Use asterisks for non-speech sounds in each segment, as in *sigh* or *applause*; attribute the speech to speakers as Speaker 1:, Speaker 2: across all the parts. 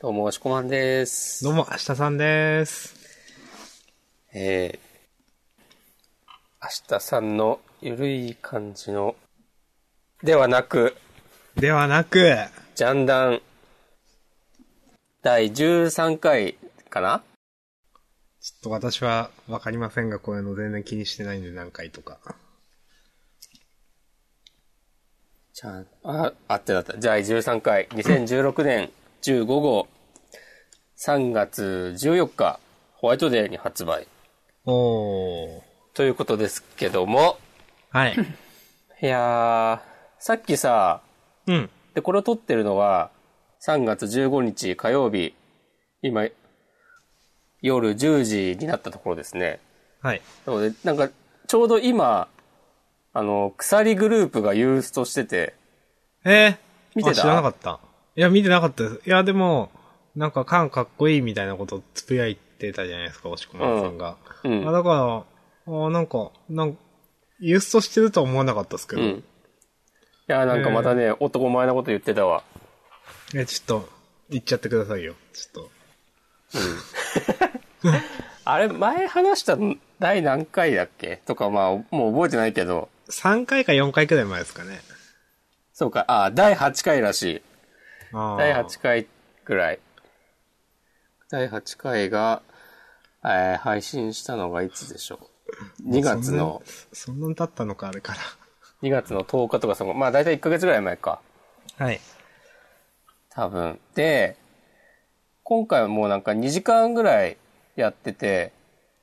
Speaker 1: どうも、しこまんです。
Speaker 2: どうも、明日さんです。
Speaker 1: えー、明日さんのゆるい感じの、ではなく、
Speaker 2: ではなく、
Speaker 1: ジャンダン、第13回かな
Speaker 2: ちょっと私はわかりませんが、こういうの全然気にしてないんで何回とか。
Speaker 1: じゃあ、あ、あってだった。第13回、2016年15号、3月14日、ホワイトデーに発売。
Speaker 2: おー。
Speaker 1: ということですけども、 *laughs*
Speaker 2: はい。
Speaker 1: いやー、さっきさ、
Speaker 2: うん。
Speaker 1: で、これを撮ってるのは、3月15日火曜日、今、夜10時になったところですね。
Speaker 2: はい。
Speaker 1: なので、なんか、ちょうど今、あの、鎖グループがユーストしてて、
Speaker 2: えー、
Speaker 1: 見てた
Speaker 2: あ知らなかった。いや、見てなかったです。いや、でも、なんか、カンかっこいいみたいなことつぶやいてたじゃないですか、押し込まんさんが。
Speaker 1: うん
Speaker 2: あだから、あーなんか、なんか、ユーストしてるとは思わなかったですけ
Speaker 1: う
Speaker 2: ど。
Speaker 1: ん。いやー、なんかまたね、男前なこと言ってたわ。
Speaker 2: え、ちょっと、言っちゃってくださいよ。ちょっと。
Speaker 1: あれ、前話したの第何回だっけとか、まあ、もう覚えてないけど、
Speaker 2: 3回か4回くらい前ですかね。
Speaker 1: そうか、あー、第8回らしい。
Speaker 2: あー
Speaker 1: 第8回くらい。第8回が、えー配信したのがいつでしょう。2月の、
Speaker 2: そんなに経ったのか、あれか
Speaker 1: 2月の10日とかその、まあ大体1ヶ月ぐらい前か。
Speaker 2: ら。はい。
Speaker 1: 多分。で、今回はもうなんか2時間ぐらいやってて、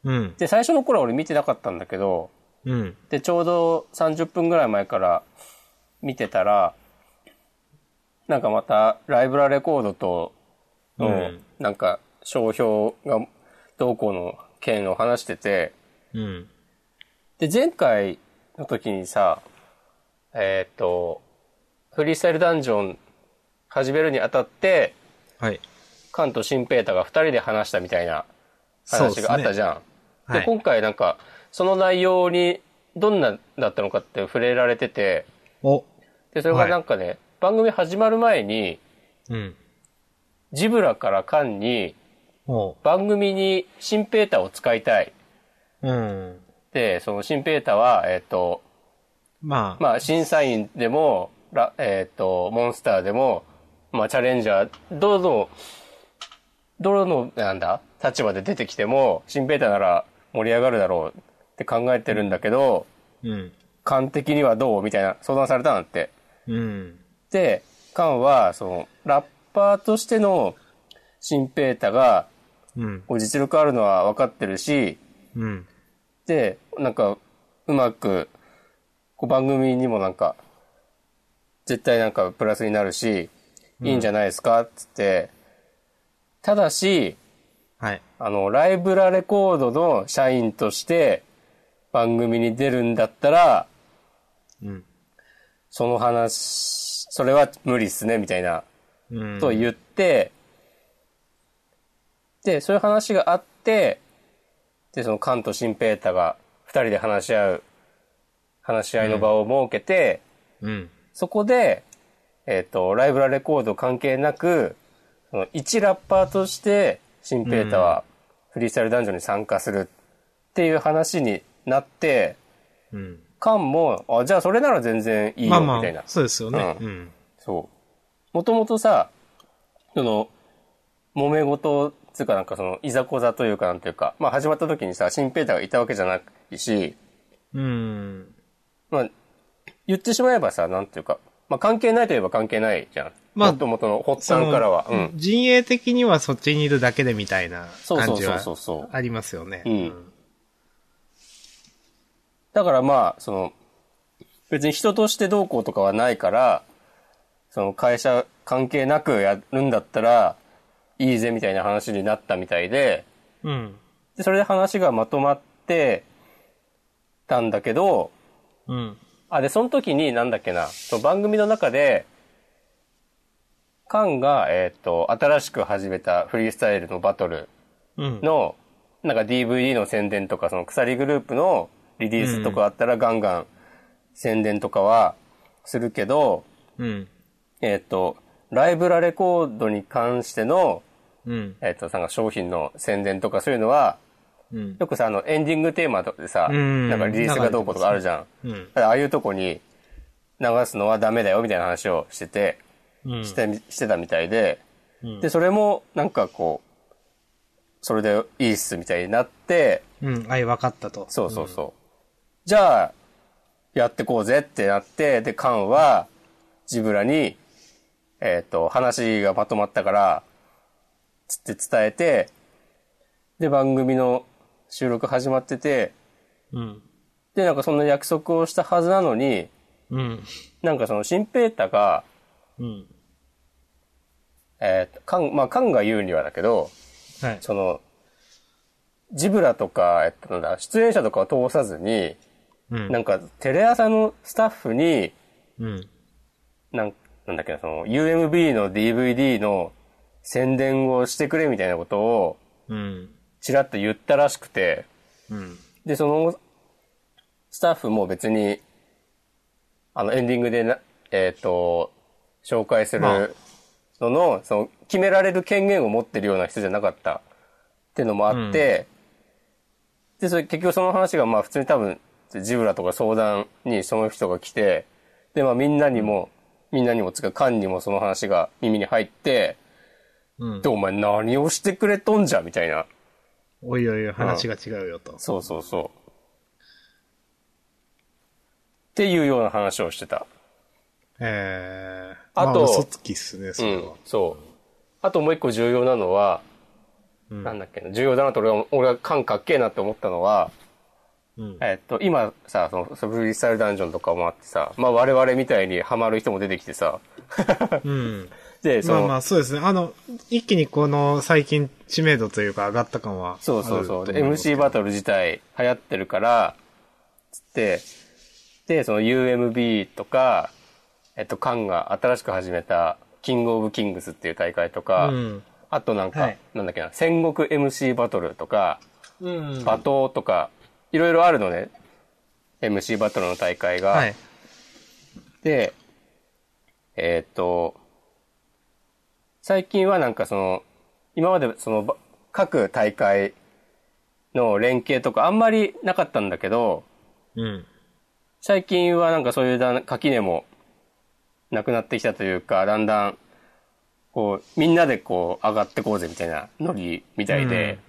Speaker 2: うん。
Speaker 1: で、最初の頃は俺見てなかったんだけど、
Speaker 2: うん。
Speaker 1: で、ちょうど30分ぐらい前から見てたら、なんかまた、ライブラレコードと
Speaker 2: う
Speaker 1: の
Speaker 2: ん、
Speaker 1: なんか、商標が、どうこうの件を話してて、
Speaker 2: うん。
Speaker 1: で、前回の時にさ、えーっ、と、フリースタイルダンジョン始めるにあたって、
Speaker 2: はい。
Speaker 1: カンとシンペータが二人で話したみたいな話があったじゃん。で
Speaker 2: はい
Speaker 1: 今回なんか、その内容にどんなだったのかって触れられてて、
Speaker 2: お。
Speaker 1: で、それがなんかね、番組始まる前に、
Speaker 2: うん。
Speaker 1: ジブラからカンに、
Speaker 2: お。
Speaker 1: 番組にシンペータを使いたい。
Speaker 2: うん。
Speaker 1: で、そのシンペータは、えっ、と、
Speaker 2: まあ、
Speaker 1: まあ、審査員でも、らえっ、と、モンスターでも、まあ、チャレンジャー、どの、どの、なんだ、立場で出てきても、シンペータなら盛り上がるだろうって考えてるんだけど、
Speaker 2: うん。
Speaker 1: カン的にはどうみたいな相談されたんだって。
Speaker 2: うん。
Speaker 1: で、カンは、その、ラッパーとしてのシンペータが、
Speaker 2: うん。
Speaker 1: こう実力あるのは分かってるし、
Speaker 2: うん。
Speaker 1: で、なんか、うまく、こう番組にもなんか、絶対なんかプラスになるし、いいんじゃないですかっつって、ただし、
Speaker 2: はい。
Speaker 1: あの、ライブラレコードの社員として番組に出るんだったら、
Speaker 2: うん。
Speaker 1: その話、それは無理っすね、みたいな、
Speaker 2: うん。
Speaker 1: と言って、で、そういう話があって、で、そのカンとシンペータが二人で話し合う、話し合いの場を設けて、
Speaker 2: うん。
Speaker 1: そこで、えっ、と、ライブラレコード関係なく、その一ラッパーとして、シンペータはフリースタイルダンジョンに参加するっていう話になって、
Speaker 2: うん。
Speaker 1: カンも、あ、じゃあそれなら全然いい
Speaker 2: ま
Speaker 1: よ、
Speaker 2: あ
Speaker 1: み
Speaker 2: ま
Speaker 1: たいな
Speaker 2: あ、。そうですよね。
Speaker 1: う
Speaker 2: うん。
Speaker 1: そう。もともとさ、その、揉め事、つうかなんかその、いざこざというかなんていうか、まあ始まった時にさ、シンペーターがいたわけじゃないし、
Speaker 2: うん。
Speaker 1: まあ、言ってしまえばさ、なんていうか、まあ関係ないといえば関係ないじゃん。
Speaker 2: まあ
Speaker 1: もともとの発
Speaker 2: そ
Speaker 1: 端
Speaker 2: の
Speaker 1: からは。うん。
Speaker 2: 陣営的にはそっちにいるだけでみたいな
Speaker 1: そうそ
Speaker 2: 感
Speaker 1: う
Speaker 2: じ
Speaker 1: そう
Speaker 2: は
Speaker 1: そうそう。
Speaker 2: ありますよね。
Speaker 1: うんだからまあ、その、別に人としてどうこうとかはないから、その会社関係なくやるんだったら、いいぜみたいな話になったみたいで、
Speaker 2: うん。
Speaker 1: で、それで話がまとまってたんだけど、
Speaker 2: うん。
Speaker 1: あ、で、その時になんだっけな、その番組の中で、カンが、えっ、と、新しく始めたフリースタイルのバトル
Speaker 2: うん。
Speaker 1: の、なんか DVD の宣伝とか、その鎖グループのリリースとかあったらガンガン宣伝とかはするけど、
Speaker 2: うん。
Speaker 1: えっ、と、ライブラレコードに関しての、
Speaker 2: うん。
Speaker 1: えっと、なんか商品の宣伝とかそういうのは、
Speaker 2: うん。
Speaker 1: よくさ、あの、エンディングテーマとかでさ、
Speaker 2: うん
Speaker 1: なんかリリースがどうこうとかあるじゃん。
Speaker 2: うん。
Speaker 1: ああいうとこに流すのはダメだよみたいな話をしてて、
Speaker 2: うん。
Speaker 1: してみしてたみたいで、
Speaker 2: うん
Speaker 1: で、それもなんかこう、それでいいっすみたいになって、
Speaker 2: うん。はい、分かったと。
Speaker 1: そうそうそう。じゃあ、やってこうぜってなって、で、カンは、ジブラに、えっ、と、話がまとまったから、つって伝えて、で、番組の収録始まってて、
Speaker 2: うん。
Speaker 1: で、なんかそんな約束をしたはずなのに、
Speaker 2: うん。
Speaker 1: なんかその、シンペータが、
Speaker 2: うん。
Speaker 1: えー、カン、まあ、カンが言うにはだけど、
Speaker 2: はい。
Speaker 1: その、ジブラとか、えっと、なんだ、出演者とかを通さずに、
Speaker 2: うん
Speaker 1: なんか、テレ朝のスタッフに、
Speaker 2: うん。
Speaker 1: なんなんだっけな、その、UMB の DVD の宣伝をしてくれみたいなことを、
Speaker 2: うん。
Speaker 1: ちらっと言ったらしくて、
Speaker 2: うん。
Speaker 1: で、その、スタッフも別に、あの、エンディングでな、えっ、と、紹介する
Speaker 2: まあ
Speaker 1: のの、その、決められる権限を持ってるような人じゃなかったっていうのもあって、で、それ結局その話が、まあ普通に多分、ジブラとか相談にその人が来て、で、まあみんなにも、みんなにもつうか、カンにもその話が耳に入って、
Speaker 2: うん
Speaker 1: で、。お前何をしてくれとんじゃみたいな。
Speaker 2: おいおいおい、話が違うよと。
Speaker 1: そうそうそう。っていうような話をしてた。
Speaker 2: えー。
Speaker 1: あと
Speaker 2: ま嘘つきっすね、それは。
Speaker 1: そう。あともう一個重要なのは、
Speaker 2: うん
Speaker 1: なんだっけな、重要だなと俺は、俺は感かっけえなって思ったのは、
Speaker 2: うん。
Speaker 1: えっと、今さ、その、そのフリースタイルダンジョンとかもあってさ、まあ我々みたいにハマる人も出てきてさ、
Speaker 2: うん。
Speaker 1: *laughs* で、そ
Speaker 2: ま
Speaker 1: の、
Speaker 2: あまあ、そうですね。あの、一気にこの最近知名度というか上がった感はあると
Speaker 1: そう
Speaker 2: 思い
Speaker 1: そ
Speaker 2: ま
Speaker 1: う
Speaker 2: すけ
Speaker 1: そ
Speaker 2: ど。
Speaker 1: う。で、MC バトル自体流行ってるから、つって、で、その UMB とか、えっと、カンが新しく始めた、キングオブキングスっていう大会とか、
Speaker 2: うん。
Speaker 1: あとなんか、
Speaker 2: はい
Speaker 1: なんだっけな、戦国 MC バトルとか、
Speaker 2: うん。
Speaker 1: 馬頭とか、いろいろあるのね。MC バトルの大会が。
Speaker 2: はい。
Speaker 1: で、えーっと、最近はなんかその、今までその、ば各大会の連携とかあんまりなかったんだけど、
Speaker 2: うん。
Speaker 1: 最近はなんかそういうだ垣根もなくなってきたというか、だんだん、こう、みんなでこう、上がってこうぜみたいなノリみたいで、
Speaker 2: うん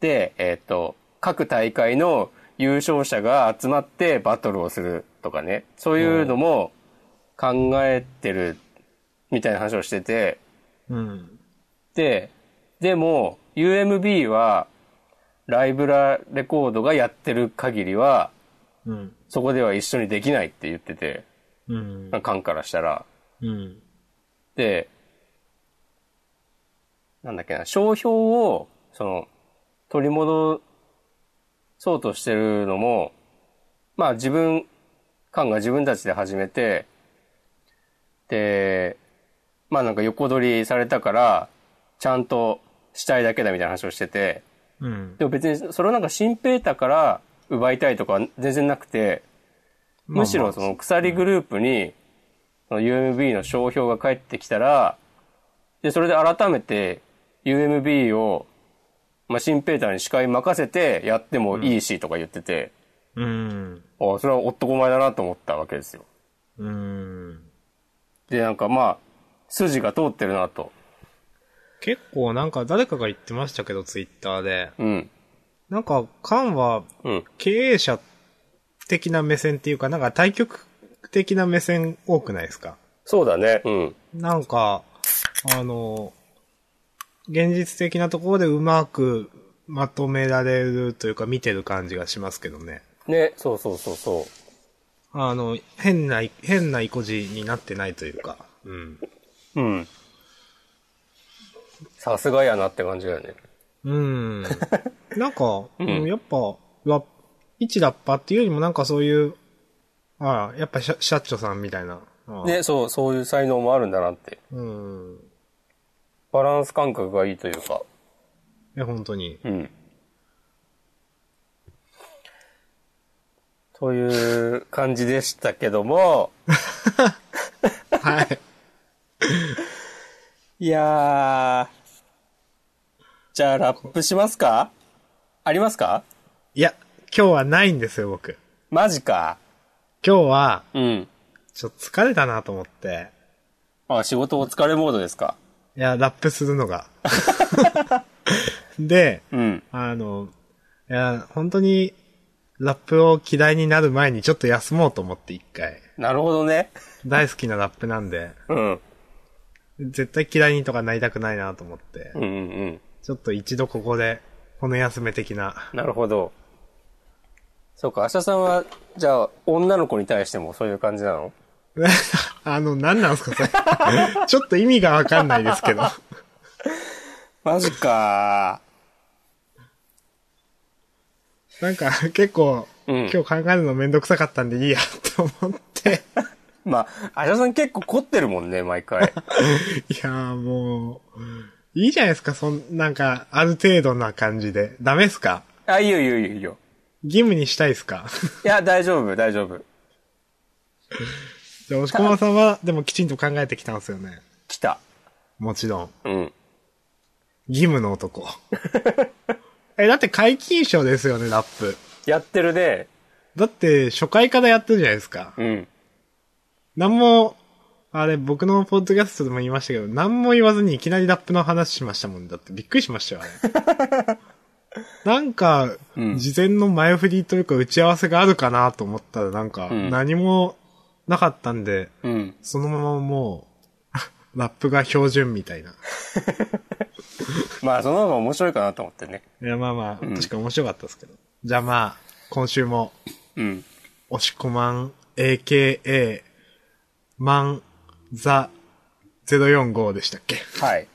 Speaker 1: で、えーっと、各大会の優勝者が集まってバトルをするとかね、そういうのも考えてるみたいな話をしてて、
Speaker 2: うん。
Speaker 1: で、でも、UMB は、ライブラレコードがやってる限りは、
Speaker 2: うん。
Speaker 1: そこでは一緒にできないって言ってて、
Speaker 2: うん。
Speaker 1: カンからしたら。
Speaker 2: うん。
Speaker 1: で、なんだっけな、商標を、その、取り戻そうとしてるのも、まあ自分、カンが自分たちで始めて、で、まあなんか横取りされたから、ちゃんとしたいだけだみたいな話をしてて、
Speaker 2: うん。
Speaker 1: でも別にそれはなんか新ペータから奪いたいとかは全然なくて、むしろその鎖グループに、その UMB の商標が返ってきたら、で、それで改めて UMB を、まあ、シンペーターに司会任せてやってもいいしとか言ってて、
Speaker 2: うん。
Speaker 1: あそれは男前だなと思ったわけですよ。
Speaker 2: うん。
Speaker 1: で、なんかまあ、筋が通ってるなと。
Speaker 2: 結構なんか誰かが言ってましたけど、ツイッターで。
Speaker 1: うん。
Speaker 2: なんか、カンは
Speaker 1: うん。
Speaker 2: 経営者的な目線っていうか、なんか対局的な目線多くないですか
Speaker 1: そうだね。うん。
Speaker 2: なんか、あの、現実的なところでうまくまとめられるというか見てる感じがしますけどね。
Speaker 1: ね、そうそうそうそ
Speaker 2: あの、変な、変な意固地になってないというか。うん。
Speaker 1: う。うん。さすがやなって感じだよね。
Speaker 2: *laughs* うん。なんか、うんん、やっぱ、ラッ一ラッパーっていうよりもなんかそういう、ああ、やっぱシャシャッチョさんみたいな。ああ
Speaker 1: ね、そう、そういう才能もあるんだなって。
Speaker 2: うん。
Speaker 1: バランス感覚がいいというか。
Speaker 2: え、本当に。
Speaker 1: うん。という感じでしたけども、
Speaker 2: はい。
Speaker 1: いやー。じゃあ、ラップしますかありますか
Speaker 2: いや、今日はないんですよ、僕。
Speaker 1: マジか。
Speaker 2: 今日は、
Speaker 1: うん。
Speaker 2: ちょっと疲れたなと思って。
Speaker 1: あ、仕事お疲れモードですか。
Speaker 2: いや、ラップするのが。で、
Speaker 1: うん。
Speaker 2: あの、いや、本当に、ラップを嫌いになる前にちょっと休もうと思って一回。
Speaker 1: なるほどね。
Speaker 2: 大好きなラップなんで、
Speaker 1: うん。
Speaker 2: 絶対嫌いにとかなりたくないなと思って
Speaker 1: う、んうんうん。
Speaker 2: ちょっと一度ここで、骨休め的な。 *laughs*
Speaker 1: なるほど。そうか、明日さんは、じゃあ、女の子に対してもそういう感じなの
Speaker 2: あの、何なんすか、それ。ちょっと意味がわかんないですけど。
Speaker 1: マジか
Speaker 2: なんか、 *laughs* 結構、
Speaker 1: うん
Speaker 2: 今日考えるのめんどくさかったんでいいや、と思って。 *laughs*
Speaker 1: ー。 *laughs* まあ、明日さん結構凝ってるもんね、毎回。
Speaker 2: いやーもう、いいじゃないですか、そん、なんか、ある程度な感じで。ダメっすか
Speaker 1: *laughs* あ、いいよいいよいいよいいよ。
Speaker 2: 義務にしたいっすか *laughs*
Speaker 1: いや、大丈夫、大丈夫。
Speaker 2: じゃあ、押し込まさんは、でもきちんと考えてきたんですよね。
Speaker 1: 来た。
Speaker 2: もちろん。
Speaker 1: うん。
Speaker 2: 義務の男。 *laughs* え、だって解禁賞ですよね、ラップ。
Speaker 1: やってるで、
Speaker 2: だって、初回からやってるじゃないですか。
Speaker 1: うん。
Speaker 2: なんも、あれ、僕のポッドキャストでも言いましたけど、なんも言わずにいきなりラップの話しましたもんだって、びっくりしましたよ、あれ。
Speaker 1: *laughs*
Speaker 2: なんか、
Speaker 1: うん
Speaker 2: 事前の前振りというか打ち合わせがあるかなと思ったら、なんか、
Speaker 1: ん
Speaker 2: 何もなかったんで、
Speaker 1: うん。
Speaker 2: そのままもう、 *laughs* ラップが標準みたいな。
Speaker 1: まあ、その方が面白いかなと思ってね。
Speaker 2: いや、まあまあ、確か面白かったですけど。じゃあまあ、今週も、
Speaker 1: うん。
Speaker 2: 押し込まん、AKA、マン、ザ、045でしたっけ
Speaker 1: *laughs* はい。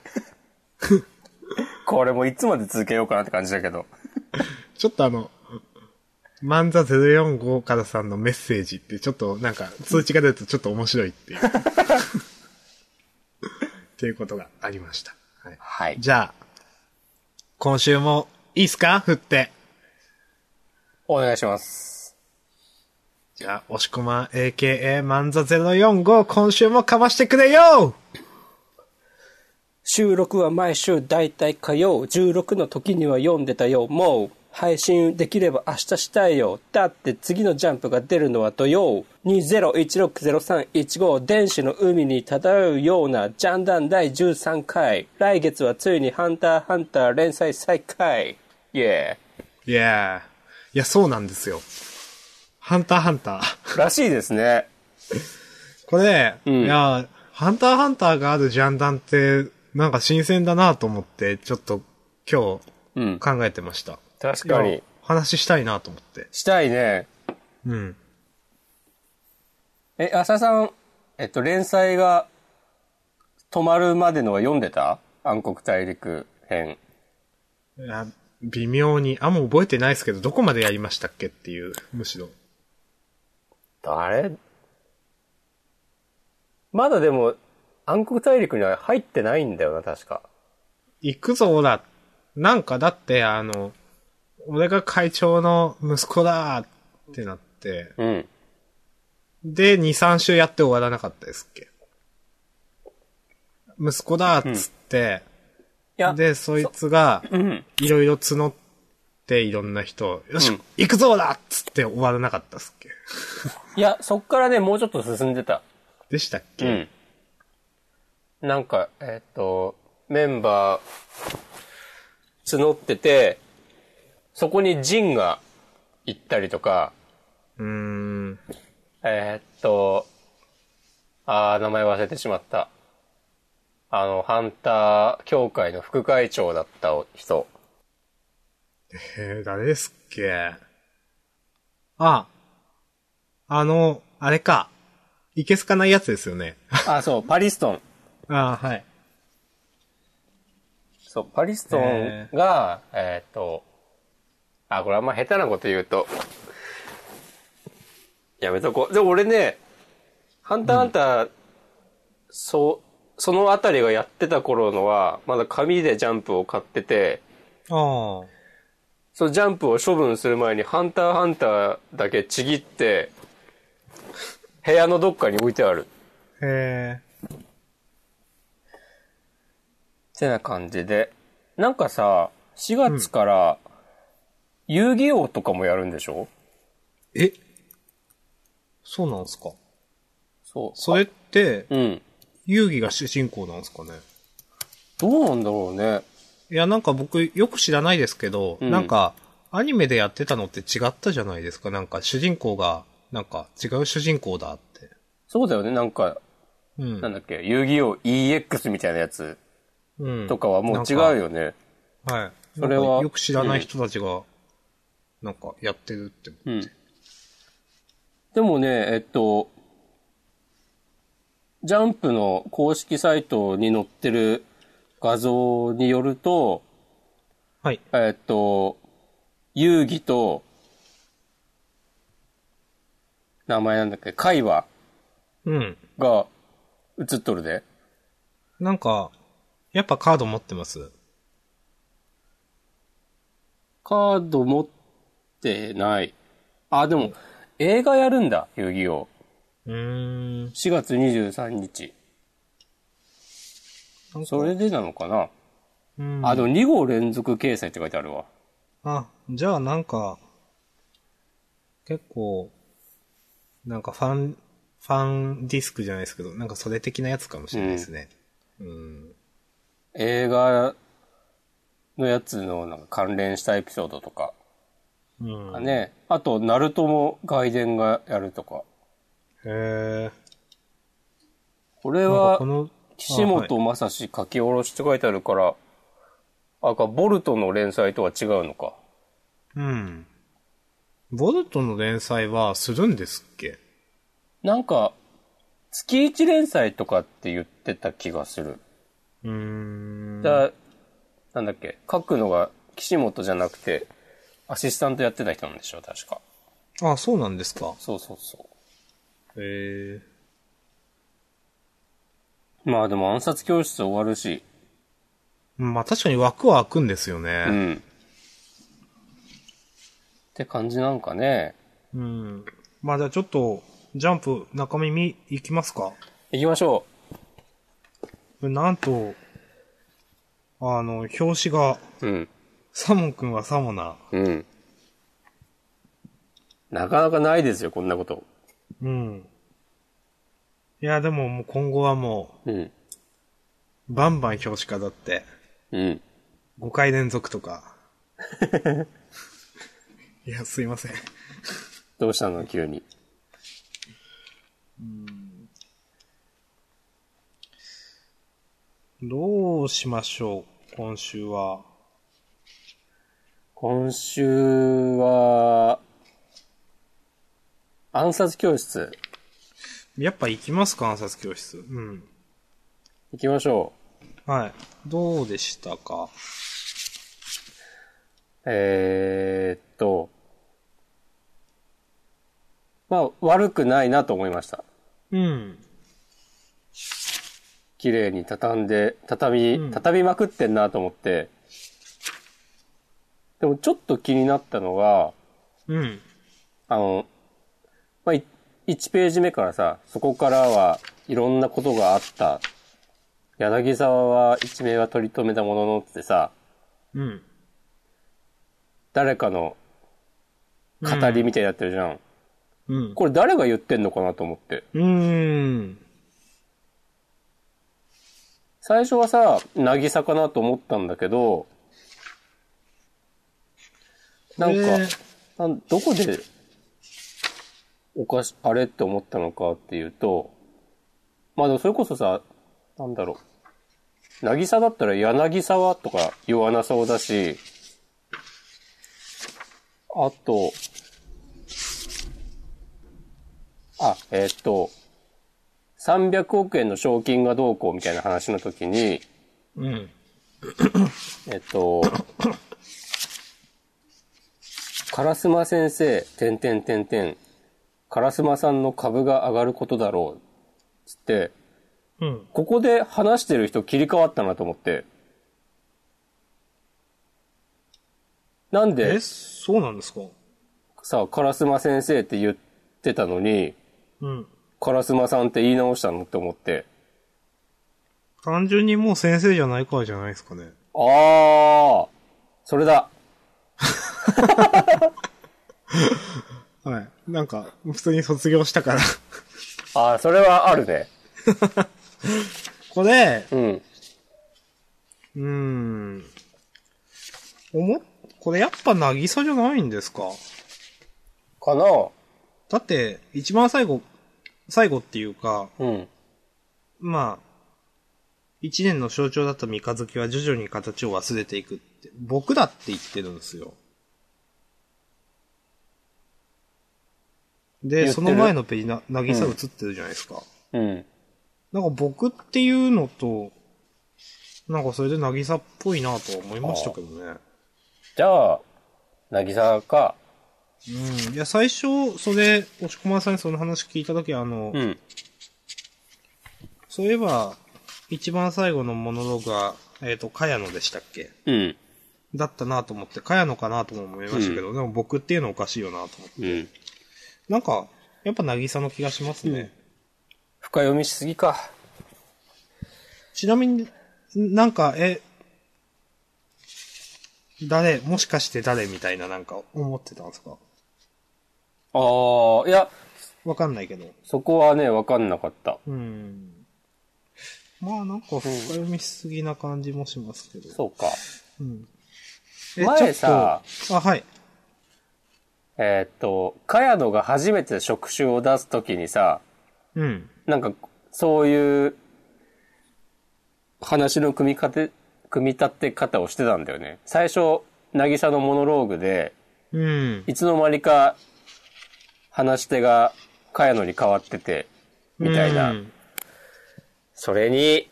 Speaker 1: これもいつまで続けようかなって感じだけど。
Speaker 2: ちょっとあの、漫座045からさんのメッセージって、ちょっとなんか通知が出るとちょっと面白いっていう。っていうことがありました。はい、
Speaker 1: はい。
Speaker 2: じゃあ、今週もいいっすか振って。
Speaker 1: お願いします。
Speaker 2: じゃあ、押し込まん AKA 漫座045、今週もかましてくれよ
Speaker 3: 収録は毎週だいたい火曜16の時には読んでたよもう配信できれば明日したいよだって次のジャンプが出るのは土曜20160315電子の海に漂うようなジャンダン第13回来月はついにハンターハンター連載再開
Speaker 1: イエ
Speaker 2: いやー。いや、そうなんですよ。ハンターハンター。
Speaker 1: ー。らしいですね。
Speaker 2: これ、
Speaker 1: ん
Speaker 2: いや、ハンターハンターがあるジャンダンって、なんか新鮮だなと思って、ちょっと今
Speaker 1: うん
Speaker 2: 日考えてました。
Speaker 1: 確か
Speaker 2: いや
Speaker 1: に。
Speaker 2: 話したいなと思って。
Speaker 1: したいね。
Speaker 2: うん。
Speaker 1: え、浅田さん、えっと、連載が止まるまでのは読んでた暗黒大陸編。
Speaker 2: いや微妙に、あ、もう覚えてないですけど、どこまでやりましたっけっていう、むしろ。
Speaker 1: あれまだでも、暗黒大陸には入ってないんだよな、確か。
Speaker 2: 行くぞ、オラ。なんかだって、あの、俺が会長の息子だってなって、
Speaker 1: うん。
Speaker 2: で、2、3週やって終わらなかったですっけ息子だっつって、
Speaker 1: いや、
Speaker 2: で、そいつが、
Speaker 1: うん。
Speaker 2: いろいろ募って、いろんな人、よし、
Speaker 1: うん
Speaker 2: 行くぞだっつって終わらなかったっすっけ
Speaker 1: いや、そっからね、もうちょっと進んでた。
Speaker 2: でしたっけ、
Speaker 1: うん。なんか、えっ、と、メンバー、募ってて、そこにジンが行ったりとか、
Speaker 2: うーん。
Speaker 1: えーっと、あー名前忘れてしまった。あの、ハンター協会の副会長だった人。
Speaker 2: えー、誰ですっけあ、あの、あれか。いけすかないやつですよね。
Speaker 1: あ、そう、パリストン。
Speaker 2: あーはい。
Speaker 1: そう、パリストンが、えーっと、あ、これあんま下手なこと言うと、やめとこう。でも俺ね、ハンターハンター、そう、そのあたりがやってた頃のは、まだ紙でジャンプを買ってて、
Speaker 2: ああ。
Speaker 1: そのジャンプを処分する前に、ハンターハンターだけちぎって、部屋のどっかに置いてある。
Speaker 2: へえ。
Speaker 1: てな感じで。なんかさ、4月から、遊戯王とかもやるんでしょ
Speaker 2: えそうなんすか
Speaker 1: そう。
Speaker 2: それって、
Speaker 1: うん。
Speaker 2: 遊戯が主人公なんですかね
Speaker 1: どうなんだろうね。
Speaker 2: いや、なんか僕よく知らないですけど、
Speaker 1: うん
Speaker 2: なんか、アニメでやってたのって違ったじゃないですか。なんか主人公が、なんか違う主人公だって。
Speaker 1: そうだよね。なんか、な
Speaker 2: う
Speaker 1: ん
Speaker 2: ん。
Speaker 1: だっけ、遊戯王 EX みたいなやつ
Speaker 2: うん。
Speaker 1: とかはもう違うよね。
Speaker 2: はい。
Speaker 1: それは
Speaker 2: なんかよく知らない人たちが、なんかやってるって。
Speaker 1: うん。でもね、えっと、ジャンプの公式サイトに載ってる画像によると、
Speaker 2: はい。
Speaker 1: えっと、遊戯と、名前なんだっけ、会話
Speaker 2: うん。
Speaker 1: が映っとるで。
Speaker 2: なんか、やっぱカード持ってます。
Speaker 1: カード持ってない。あ、でも、映画やるんだ、遊戯王。
Speaker 2: うーん。
Speaker 1: 4月23日。それでなのかな、
Speaker 2: うん
Speaker 1: あ、でも2号連続掲載って書いてあるわ。
Speaker 2: あ、じゃあなんか、結構、なんかファン、ファンディスクじゃないですけど、なんかそれ的なやつかもしれないですね。
Speaker 1: 映画のやつのなんか関連したエピソードとか
Speaker 2: うん。
Speaker 1: がね。あと、ナルトも外伝がやるとか。
Speaker 2: へえ。
Speaker 1: これ
Speaker 2: なんか
Speaker 1: は
Speaker 2: こ、の、
Speaker 1: 岸本正史書き下ろしって書いてあるから、あ、か、ボルトの連載とは違うのか。
Speaker 2: うん。ボルトの連載はするんですっけ
Speaker 1: なんか、月1連載とかって言ってた気がする。
Speaker 2: うーん。
Speaker 1: だなんだっけ、書くのが岸本じゃなくて、アシスタントやってた人なんでしょ、確か。
Speaker 2: あ、そうなんですか。
Speaker 1: そうそうそ
Speaker 2: へえ。
Speaker 1: う。まあでも暗殺教室終わるし、
Speaker 2: まあ確かに枠は開くんですよ
Speaker 1: う
Speaker 2: ね。
Speaker 1: ん。って感じなんかね。
Speaker 2: うん。まあじゃあちょっと、ジャンプ中身見、いきますか。
Speaker 1: 行きましょ
Speaker 2: なんと、あの、表紙が、
Speaker 1: う。うん。
Speaker 2: サモン君はサモナー。
Speaker 1: うん。なかなかないですよ、こんなこと。
Speaker 2: うん。いや、でももう今後はも
Speaker 1: うん。
Speaker 2: う、バンバン表紙飾って、
Speaker 1: うん。
Speaker 2: 5回連続と *laughs* か。いや、すいません。
Speaker 1: どうしたの、急に。
Speaker 2: どうしましょう、今週は。
Speaker 1: 今週は、暗殺教室、
Speaker 2: やっぱ行きますか、暗殺教室。うん。
Speaker 1: 行きましょう。
Speaker 2: はい。どうでしたか
Speaker 1: えーっと、まあ、悪くないなと思いました。
Speaker 2: うん。
Speaker 1: 綺麗に畳んで、畳
Speaker 2: う
Speaker 1: み、
Speaker 2: ん
Speaker 1: 畳みまくってんなと思って。でもちょっと気になったのが、
Speaker 2: うん。
Speaker 1: あの、まあ、い1ページ目からさ、そこからはいろんなことがあった。柳沢は一命は取り留めたもののってさ、
Speaker 2: うん。
Speaker 1: 誰かの語りみたいになってるじゃん。
Speaker 2: うん。
Speaker 1: これ誰が言ってんのかなと思って。
Speaker 2: うーん。
Speaker 1: 最初はさ、渚かなと思ったんだけど、なんか、
Speaker 2: えー
Speaker 1: なんどこで、おかし、あれって思ったのかっていうと、まあでもそれこそさ、なんだろう。渚だったら柳沢とか言わなそうだし、あと、あ、えーっと、300億円の賞金がどうこうみたいな話の時に、
Speaker 2: うん。
Speaker 1: えっと、烏丸先生、てんてんてんてん、烏丸さんの株が上がることだろう、つって、
Speaker 2: うん。
Speaker 1: ここで話してる人切り替わったなと思って。なん
Speaker 2: え、
Speaker 1: で
Speaker 2: そうなんですか
Speaker 1: さ、烏丸先生って言ってたのに、
Speaker 2: うん。
Speaker 1: 烏丸さんって言い直したのって思って。
Speaker 2: 単純にもう先生じゃないからじゃないですかね。
Speaker 1: ああ、それだ。
Speaker 2: はい。なんか、普通に卒業したから。 *laughs*
Speaker 1: ああ、それはあるね。
Speaker 2: これ、
Speaker 1: うん。
Speaker 2: うーん。おも、これやっぱなぎさじゃないんですか
Speaker 1: かな
Speaker 2: だって、一番最後、最後っていうか、
Speaker 1: うん。
Speaker 2: まあ、一年の象徴だった三日月は徐々に形を忘れていくって、僕だって言ってるんですよ。
Speaker 1: 言
Speaker 2: で、
Speaker 1: って
Speaker 2: そ
Speaker 1: る
Speaker 2: の前のページな、なぎさ映ってるじゃないですか。
Speaker 1: うん。
Speaker 2: なんか僕っていうのと、なんかそれでなぎさっぽいなとは思いましたけどね。
Speaker 1: じゃあ、なぎさか。
Speaker 2: うん。いや、最初、それ、押し込まさんにその話聞いたとき、あの、
Speaker 1: ん。
Speaker 2: そういえば、一番最後のモノローグは、えっ、と、かやのでしたっけ
Speaker 1: うん。
Speaker 2: だったなと思って、かやのかなとも思いましたけど、でも僕っていうのおかしいよなと思って。
Speaker 1: うん。
Speaker 2: なんか、やっぱなぎさの気がしますね。
Speaker 4: 深読みしすぎか。
Speaker 2: ちなみに、なんか、え、誰、もしかして誰みたいななんか思ってたんですか
Speaker 1: ああ、いや、
Speaker 2: わかんないけど。
Speaker 1: そこはね、わかんなかった。
Speaker 2: うん。まあなんか深読みしすぎな感じもしますけど。
Speaker 1: そうか。
Speaker 2: うん。
Speaker 1: 前さ
Speaker 2: ちょっとあ、はい。
Speaker 1: えーっと、茅野が初めて触手を出すときにさ、
Speaker 2: うん。
Speaker 1: なんか、そういう、話の組み立て、組み立て方をしてたんだよね。最初、渚のモノローグで、
Speaker 2: うん。
Speaker 1: いつの間にか、話し手が茅野に変わってて、みたいな。
Speaker 2: うん
Speaker 1: それに、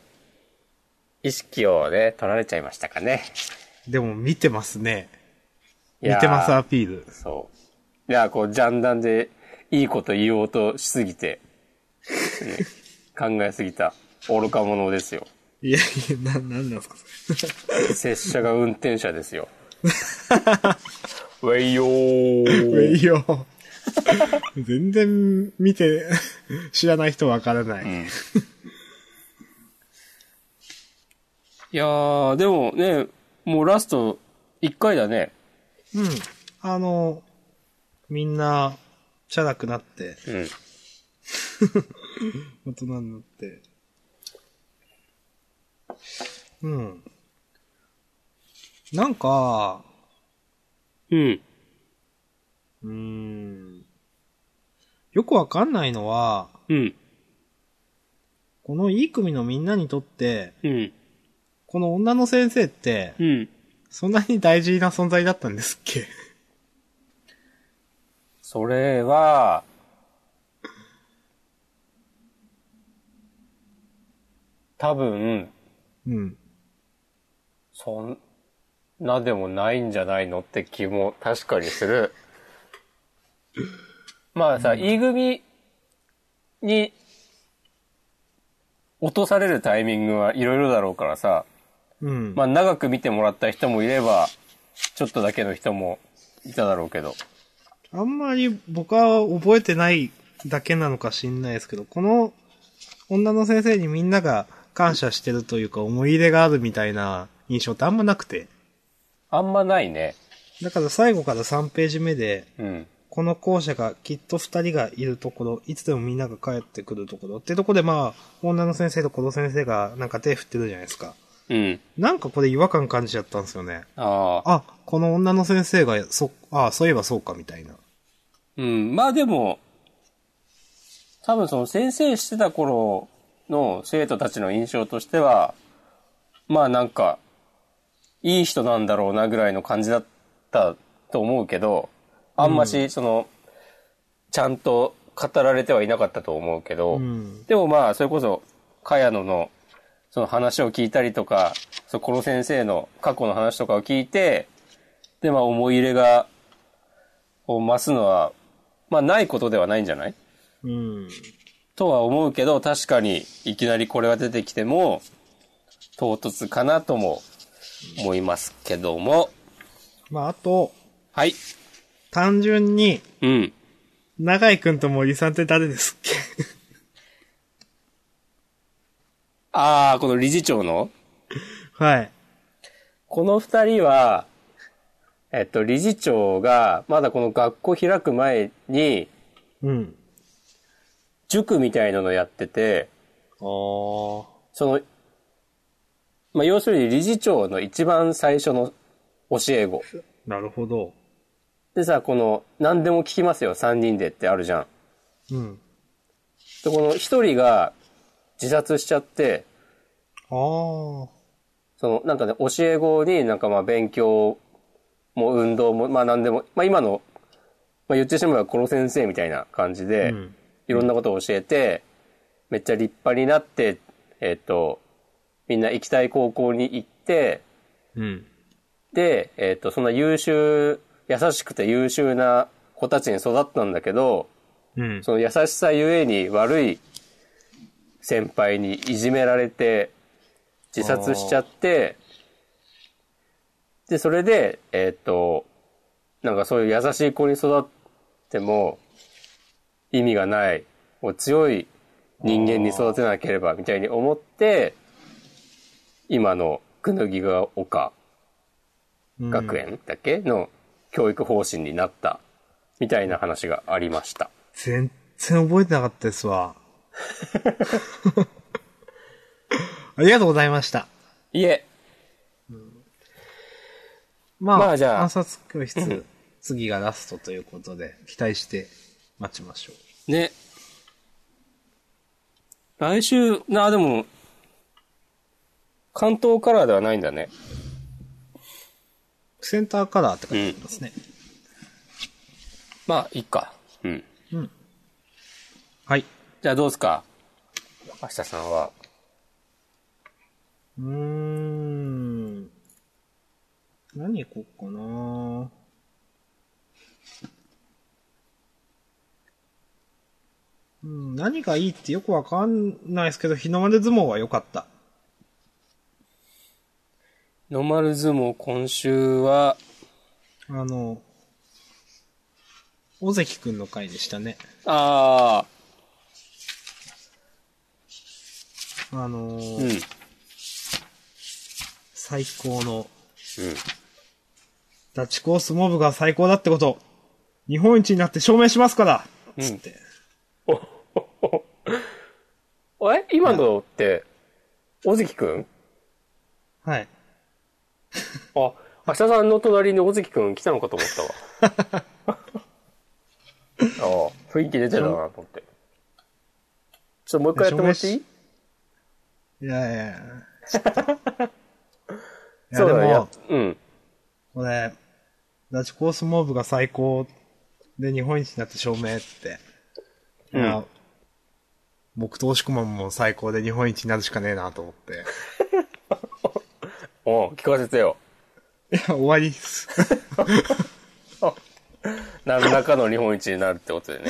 Speaker 1: 意識をね、取られちゃいましたかね。
Speaker 2: でも見てますね。
Speaker 1: いや
Speaker 2: 見
Speaker 1: ー
Speaker 2: てますアピール。
Speaker 1: そう。いや、こう、ジャンダンで、いいこと言おうとしすぎて、ね
Speaker 2: *laughs*
Speaker 1: 考えすぎた、愚か者ですよ。
Speaker 2: いやいや、な、なんなんですかそれ。
Speaker 1: 拙者が運転者です
Speaker 2: *laughs*
Speaker 1: よ。ウェイヨー。
Speaker 2: ウェイよ。 *laughs* 全然見て、知らない人わからない。
Speaker 1: ん
Speaker 4: いやー、でもね、もうラスト1回だね。
Speaker 2: うん。あの、みんな、チャラくなって、
Speaker 1: うん。
Speaker 2: 大人になって。うん。なんか、
Speaker 4: うん。
Speaker 2: うーん。よくわかんないのは、
Speaker 4: うん。
Speaker 2: このいい組のみんなにとって、
Speaker 4: うん。
Speaker 2: この女の先生って、
Speaker 4: うん。
Speaker 2: そんなに大事な存在だったんですっけ
Speaker 1: それは、多分、
Speaker 2: うん。
Speaker 1: そんなでもないんじゃないのって気も確かにする。まあさ、E 組に落とされるタイミングはいろいろだろうからさ、
Speaker 2: うん。
Speaker 1: まあ長く見てもらった人もいれば、ちょっとだけの人もいただろうけど。
Speaker 2: あんまり僕は覚えてないだけなのか知んないですけど、この女の先生にみんなが感謝してるというか思い入れがあるみたいな印象ってあんまなくて。
Speaker 1: あんまないね。
Speaker 2: だから最後から3ページ目で、
Speaker 1: うん。
Speaker 2: この校舎がきっと二人がいるところ、いつでもみんなが帰ってくるところってとこでまあ、女の先生とこの先生がなんか手振ってるじゃないですか。
Speaker 1: うん。
Speaker 2: なんかこれ違和感感じちゃったんですよね。
Speaker 1: ああ。
Speaker 2: あ、この女の先生が、そ、あそういえばそうかみたいな。
Speaker 1: うん。まあでも、多分その先生してた頃の生徒たちの印象としては、まあなんか、いい人なんだろうなぐらいの感じだったと思うけど、あんまし、その、ちゃんと語られてはいなかったと思うけど、
Speaker 2: うん。
Speaker 1: でもまあ、それこそ、茅野の、その話を聞いたりとか、そう、この先生の過去の話とかを聞いて、で、まあ、思い入れが、を増すのは、まあ、ないことではないんじゃない
Speaker 2: うん。
Speaker 1: とは思うけど、確かに、いきなりこれが出てきても、唐突かなとも思いますけども。
Speaker 2: まあ、あと、
Speaker 1: はい。
Speaker 2: 単純に、
Speaker 1: うん。
Speaker 2: 長井くんと森さんって誰ですっけ
Speaker 1: ああ、この理事長の
Speaker 2: *laughs* はい。
Speaker 1: この二人は、えっと、理事長が、まだこの学校開く前に、
Speaker 2: うん。
Speaker 1: 塾みたいなのやってて、
Speaker 2: あー。
Speaker 1: その、まあ、要するに理事長の一番最初の教え子。
Speaker 2: なるほど。
Speaker 1: でさ、この、何でも聞きますよ、三人でってあるじゃん。
Speaker 2: うん。
Speaker 1: で、この一人が自殺しちゃって、
Speaker 2: あー。
Speaker 1: その、なんかね、教え子になんかまあ勉強も運動も、まあ何でも、まあ今の、まあ言ってしまえばコロ先生みたいな感じで、
Speaker 2: うん。
Speaker 1: いろんなことを教えて、めっちゃ立派になって、えっ、と、みんな行きたい高校に行って、
Speaker 2: うん。
Speaker 1: で、えっ、と、そんな優秀、優しくて優秀な子たちに育ったんだけど、
Speaker 2: うん。
Speaker 1: その優しさゆえに悪い先輩にいじめられて、自殺しちゃって、で、それで、えっ、と、なんかそういう優しい子に育っても意味がない、もう強い人間に育てなければみたいに思って、今のくぬぎが丘
Speaker 2: うん
Speaker 1: 学園だっけ、の教育方針になったみたいな話がありました。
Speaker 2: 全然覚えてなかったですわ。 *laughs* ありがとうございました。
Speaker 5: いえ、
Speaker 2: まあ、
Speaker 5: まあじゃあ
Speaker 2: 暗殺教室、次がラストということで、期待して待ちましょ
Speaker 5: ね。来週、なあ、でも、
Speaker 1: 関東カラーではないんだね。
Speaker 2: う。センターカラーって書いてありますね。
Speaker 5: まあ、いいか。
Speaker 1: うん。
Speaker 2: はい。
Speaker 1: じゃあどうすか明日さんは。
Speaker 2: うーん。何行こうかなうん、何がいいってよくわかんないですけど、日の丸相撲は良かった。
Speaker 5: ノーマル相撲今週は、
Speaker 2: あの、尾関くんの回でしたね。
Speaker 5: ああ、
Speaker 2: あのー
Speaker 1: うん。うん。
Speaker 2: 最高の、ダチコースモブが最高だってこと、日本一になって証明しますからつって。
Speaker 1: おえ今のって、尾関くん
Speaker 2: はい。
Speaker 1: あ、明日さんの隣に尾関くん来たのかと思 *laughs* ったわ。ああ、雰囲気出てたなと思って。ちょっともう一回やってもらっていい
Speaker 2: いやいやいや。い
Speaker 1: そ
Speaker 2: や
Speaker 1: う
Speaker 2: で
Speaker 1: だ
Speaker 2: も
Speaker 1: よ。、うん。
Speaker 2: これ、ダチコースモーブが最高で日本一になって証明って。
Speaker 1: うん
Speaker 2: いや僕と押し込まんも最高で日本一になるしかねえなと思って。い
Speaker 1: *laughs* おう聞かせてよ。
Speaker 2: や、終わりっす。
Speaker 1: 何らかの日本一になるってことでね。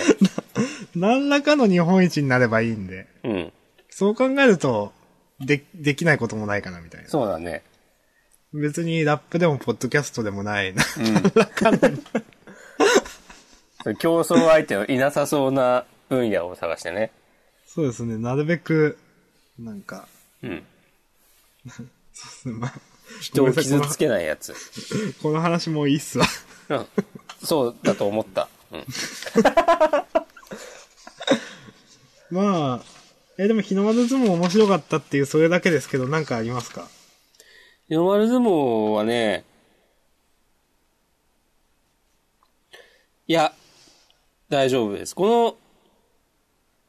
Speaker 2: 何らかの日本一になればいいんで。
Speaker 1: うん。
Speaker 2: そう考えると、で、できないこともないかなみたいな。
Speaker 1: そうだね。
Speaker 2: 別にラップでもポッドキャストでもないな。
Speaker 1: 競争相手のいなさそうな分野を探してね。
Speaker 2: *laughs* そうですね、なるべく、なんか、
Speaker 1: うん。
Speaker 2: そうですねまあ、
Speaker 1: 人を傷つけないやつ。
Speaker 2: この話もういいっすわ。
Speaker 1: うん。そうだと思った。うん。
Speaker 2: まあ、え、でも日の丸相撲面白かったっていう、それだけですけど、なんかありますか
Speaker 1: 日の丸相撲はね、
Speaker 5: いや、大丈夫です。この、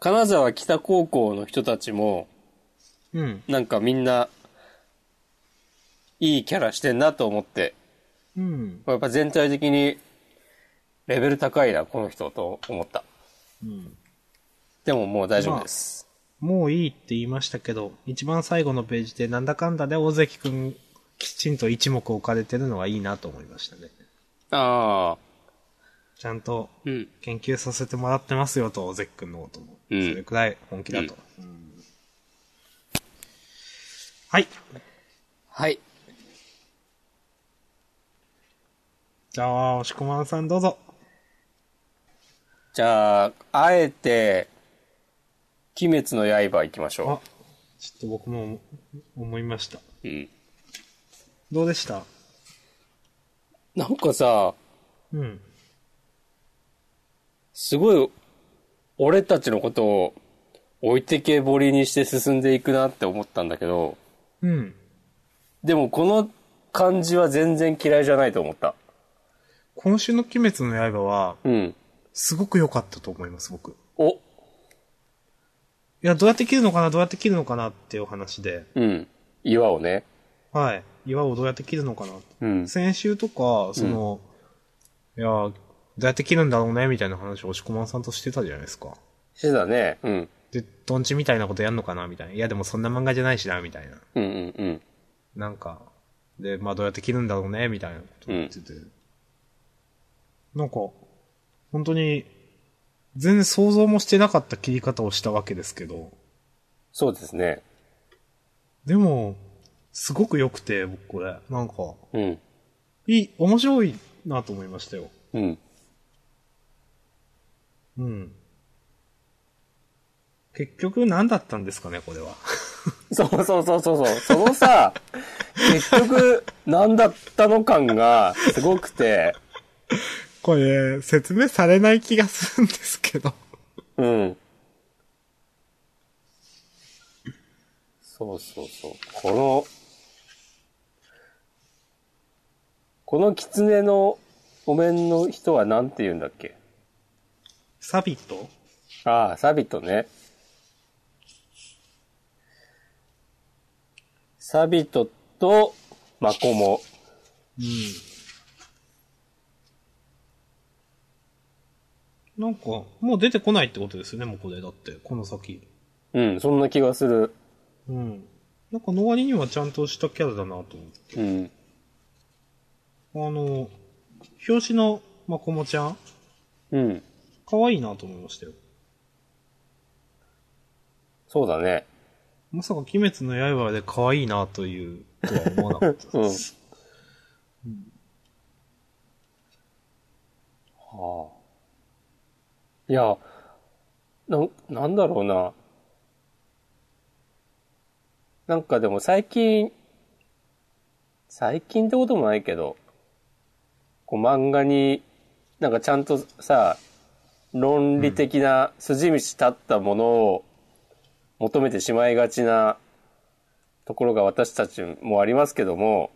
Speaker 5: 金沢北高校の人たちも、
Speaker 2: うん。
Speaker 5: なんかみんな、いいキャラしてんなと思って、
Speaker 2: うん。
Speaker 5: やっぱ全体的に、レベル高いな、この人と思った。
Speaker 2: うん。
Speaker 5: でももう大丈夫です。
Speaker 2: もういいって言いましたけど、一番最後のページで、なんだかんだで、大関くん、きちんと一目置かれてるのがいいなと思いましたね。
Speaker 1: ああ、
Speaker 2: ちゃんと、
Speaker 5: うん。
Speaker 2: 研究させてもらってますよと、大関くんのことも。
Speaker 1: うん
Speaker 2: それくらい本気だと。うんはい。
Speaker 5: はい。
Speaker 2: じゃあ、押し込まんさんどうぞ。
Speaker 1: じゃあ、あえて、鬼滅の刃行きましょ
Speaker 2: あ、ちょっと僕も思いました。
Speaker 6: うん。
Speaker 2: どうでした
Speaker 1: なんかさ、
Speaker 2: うん。
Speaker 1: すごい、俺たちのことを置いてけぼりにして進んでいくなって思ったんだけど、
Speaker 2: うん。
Speaker 1: でもこの感じは全然嫌いじゃないと思った。
Speaker 2: 今週の鬼滅の刃は、
Speaker 1: うん。
Speaker 2: すごく良かったと思います、僕。い
Speaker 1: お、
Speaker 2: や、どうやって切るのかな、どうやって切るのかなっていうお話で。
Speaker 1: うん。岩をね。
Speaker 2: はい。岩をどうやって切るのかなって
Speaker 1: うん。
Speaker 2: 先週とか、その、いや、どうやって切るんだろうね、みたいな話を押し込まんさんとしてたじゃないですか。
Speaker 1: してたね。うん。
Speaker 2: で、どんちみたいなことやんのかな、みたいな。いや、でもそんな漫画じゃないしな、みたいな。
Speaker 1: うんうんうん。
Speaker 2: なんか、で、まあどうやって切るんだろうね、みたいなこと言ってて。なんか、本当に、全然想像もしてなかった切り方をしたわけですけど、
Speaker 1: そうですね。
Speaker 2: でも、すごく良くて、僕これ。なんか、
Speaker 1: うん。
Speaker 2: いい、面白いなと思いましたよ。
Speaker 1: うん。
Speaker 2: うん。結局何だったんですかね、これは。
Speaker 1: そうそうそうそうそう。そのさ、結局、何だったの感がすごくて、
Speaker 2: これ、説明されない気がするんですけど。
Speaker 1: うん。そうそうそう。この、この狐のお面の人は何て言うんだっけ
Speaker 2: サビット
Speaker 1: ああ、サビットね。サビットとマコモ。
Speaker 2: なんか、もう出てこないってことですよね、もうこれ。だって、この先。
Speaker 1: うん、そんな気がする。
Speaker 2: うん。なんか、の割にはちゃんとしたキャラだなと思って。
Speaker 1: うん。
Speaker 2: あの、表紙のまこもちゃん、
Speaker 1: うん。
Speaker 2: 可愛いなと思いましたよ。
Speaker 1: そうだね。
Speaker 2: まさか鬼滅の刃で可愛いなというとは思わな
Speaker 1: *laughs*
Speaker 2: かった
Speaker 1: うん。
Speaker 2: で
Speaker 1: は
Speaker 2: す。
Speaker 1: あ。いや、なん、なんだろうな。なんかでも最近、最近ってこともないけど、こう漫画に、なんかちゃんとさ、論理的な筋道立ったものを求めてしまいがちなところが私たちもありますけども、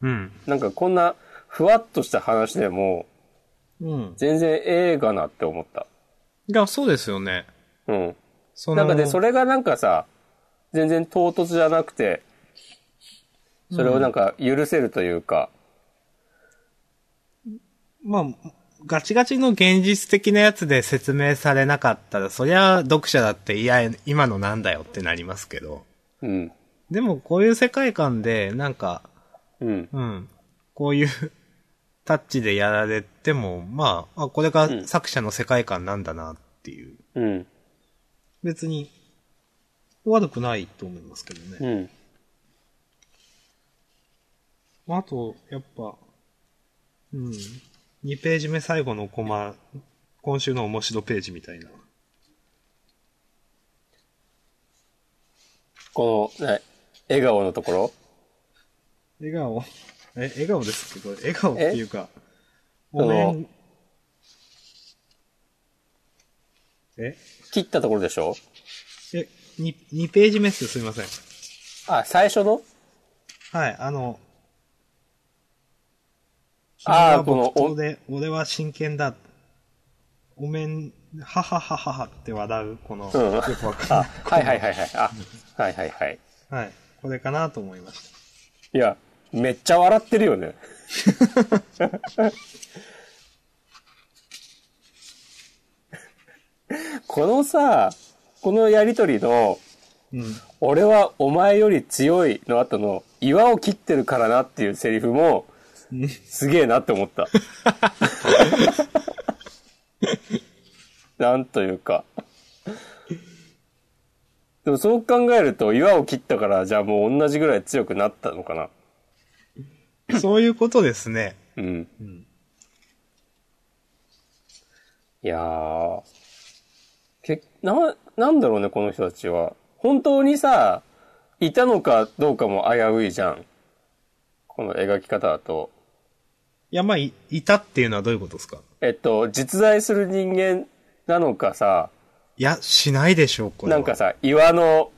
Speaker 2: うん。
Speaker 1: なんかこんなふわっとした話でも
Speaker 2: うん。
Speaker 1: 全然ええがなって思った。
Speaker 2: いや、そうですよね。
Speaker 1: うん。
Speaker 2: そ
Speaker 1: なんかで、そ
Speaker 2: れ、
Speaker 1: れがなんかさ、全然唐突じゃなくて、それをなんか許せるというか、
Speaker 2: まあ、ガチガチの現実的なやつで説明されなかったら、そりゃ読者だって、いや、今のなんだよってなりますけど。
Speaker 1: うん。
Speaker 2: でも、こういう世界観で、なんか、
Speaker 1: うん。
Speaker 2: うん、こういう *laughs* タッチでやられても、まあ、あ、これが作者の世界観なんだなっていう。
Speaker 1: うん。
Speaker 2: 別に、悪くないと思いますけどね。
Speaker 1: うん。
Speaker 2: まあ、あと、やっぱ、うん、2ページ目最後のコマ、今週の面白ページみたいな。
Speaker 1: この、ね、笑顔のところ
Speaker 2: 笑顔 *laughs* え、笑顔ですけど、笑顔っていうか、
Speaker 1: そ
Speaker 2: お
Speaker 1: の
Speaker 2: 面。え
Speaker 1: 切ったところでしょ
Speaker 2: え、に2ページ目っすよ、すいません。
Speaker 1: あ、最初の
Speaker 2: はい、あの、
Speaker 1: あー
Speaker 2: 君は
Speaker 1: この
Speaker 2: 木刀で、俺は真剣だ。お面、はははははって笑う、この、
Speaker 1: うん
Speaker 2: よくわかん
Speaker 1: あ、
Speaker 2: ない。
Speaker 1: はいはいはいはい。あ、はいはいはい。
Speaker 2: はい、これかなと思いまし
Speaker 1: いや、めっちゃ笑ってるよね。このさ、このやりとりの、
Speaker 2: た。うん。
Speaker 1: 俺はお前より強いの後の岩を切ってるからなっていうセリフも
Speaker 2: うん
Speaker 1: すげえなって思った。なんというか。でもそう考えると岩を切ったからじゃあもう同じぐらい強くなったのかな。
Speaker 2: そういうことですね。
Speaker 1: うん。
Speaker 2: ん
Speaker 1: いやー。け、な、なんだろうね、この人たちは。本当にさ、いたのかどうかも危ういじゃん。この描き方だと。
Speaker 2: いや、まあ、い、いたっていうのはどういうことですか
Speaker 1: えっと、実在する人間なのかさ、
Speaker 2: いや、しないでしょう、これ
Speaker 1: な
Speaker 2: は。
Speaker 1: んかさ、岩の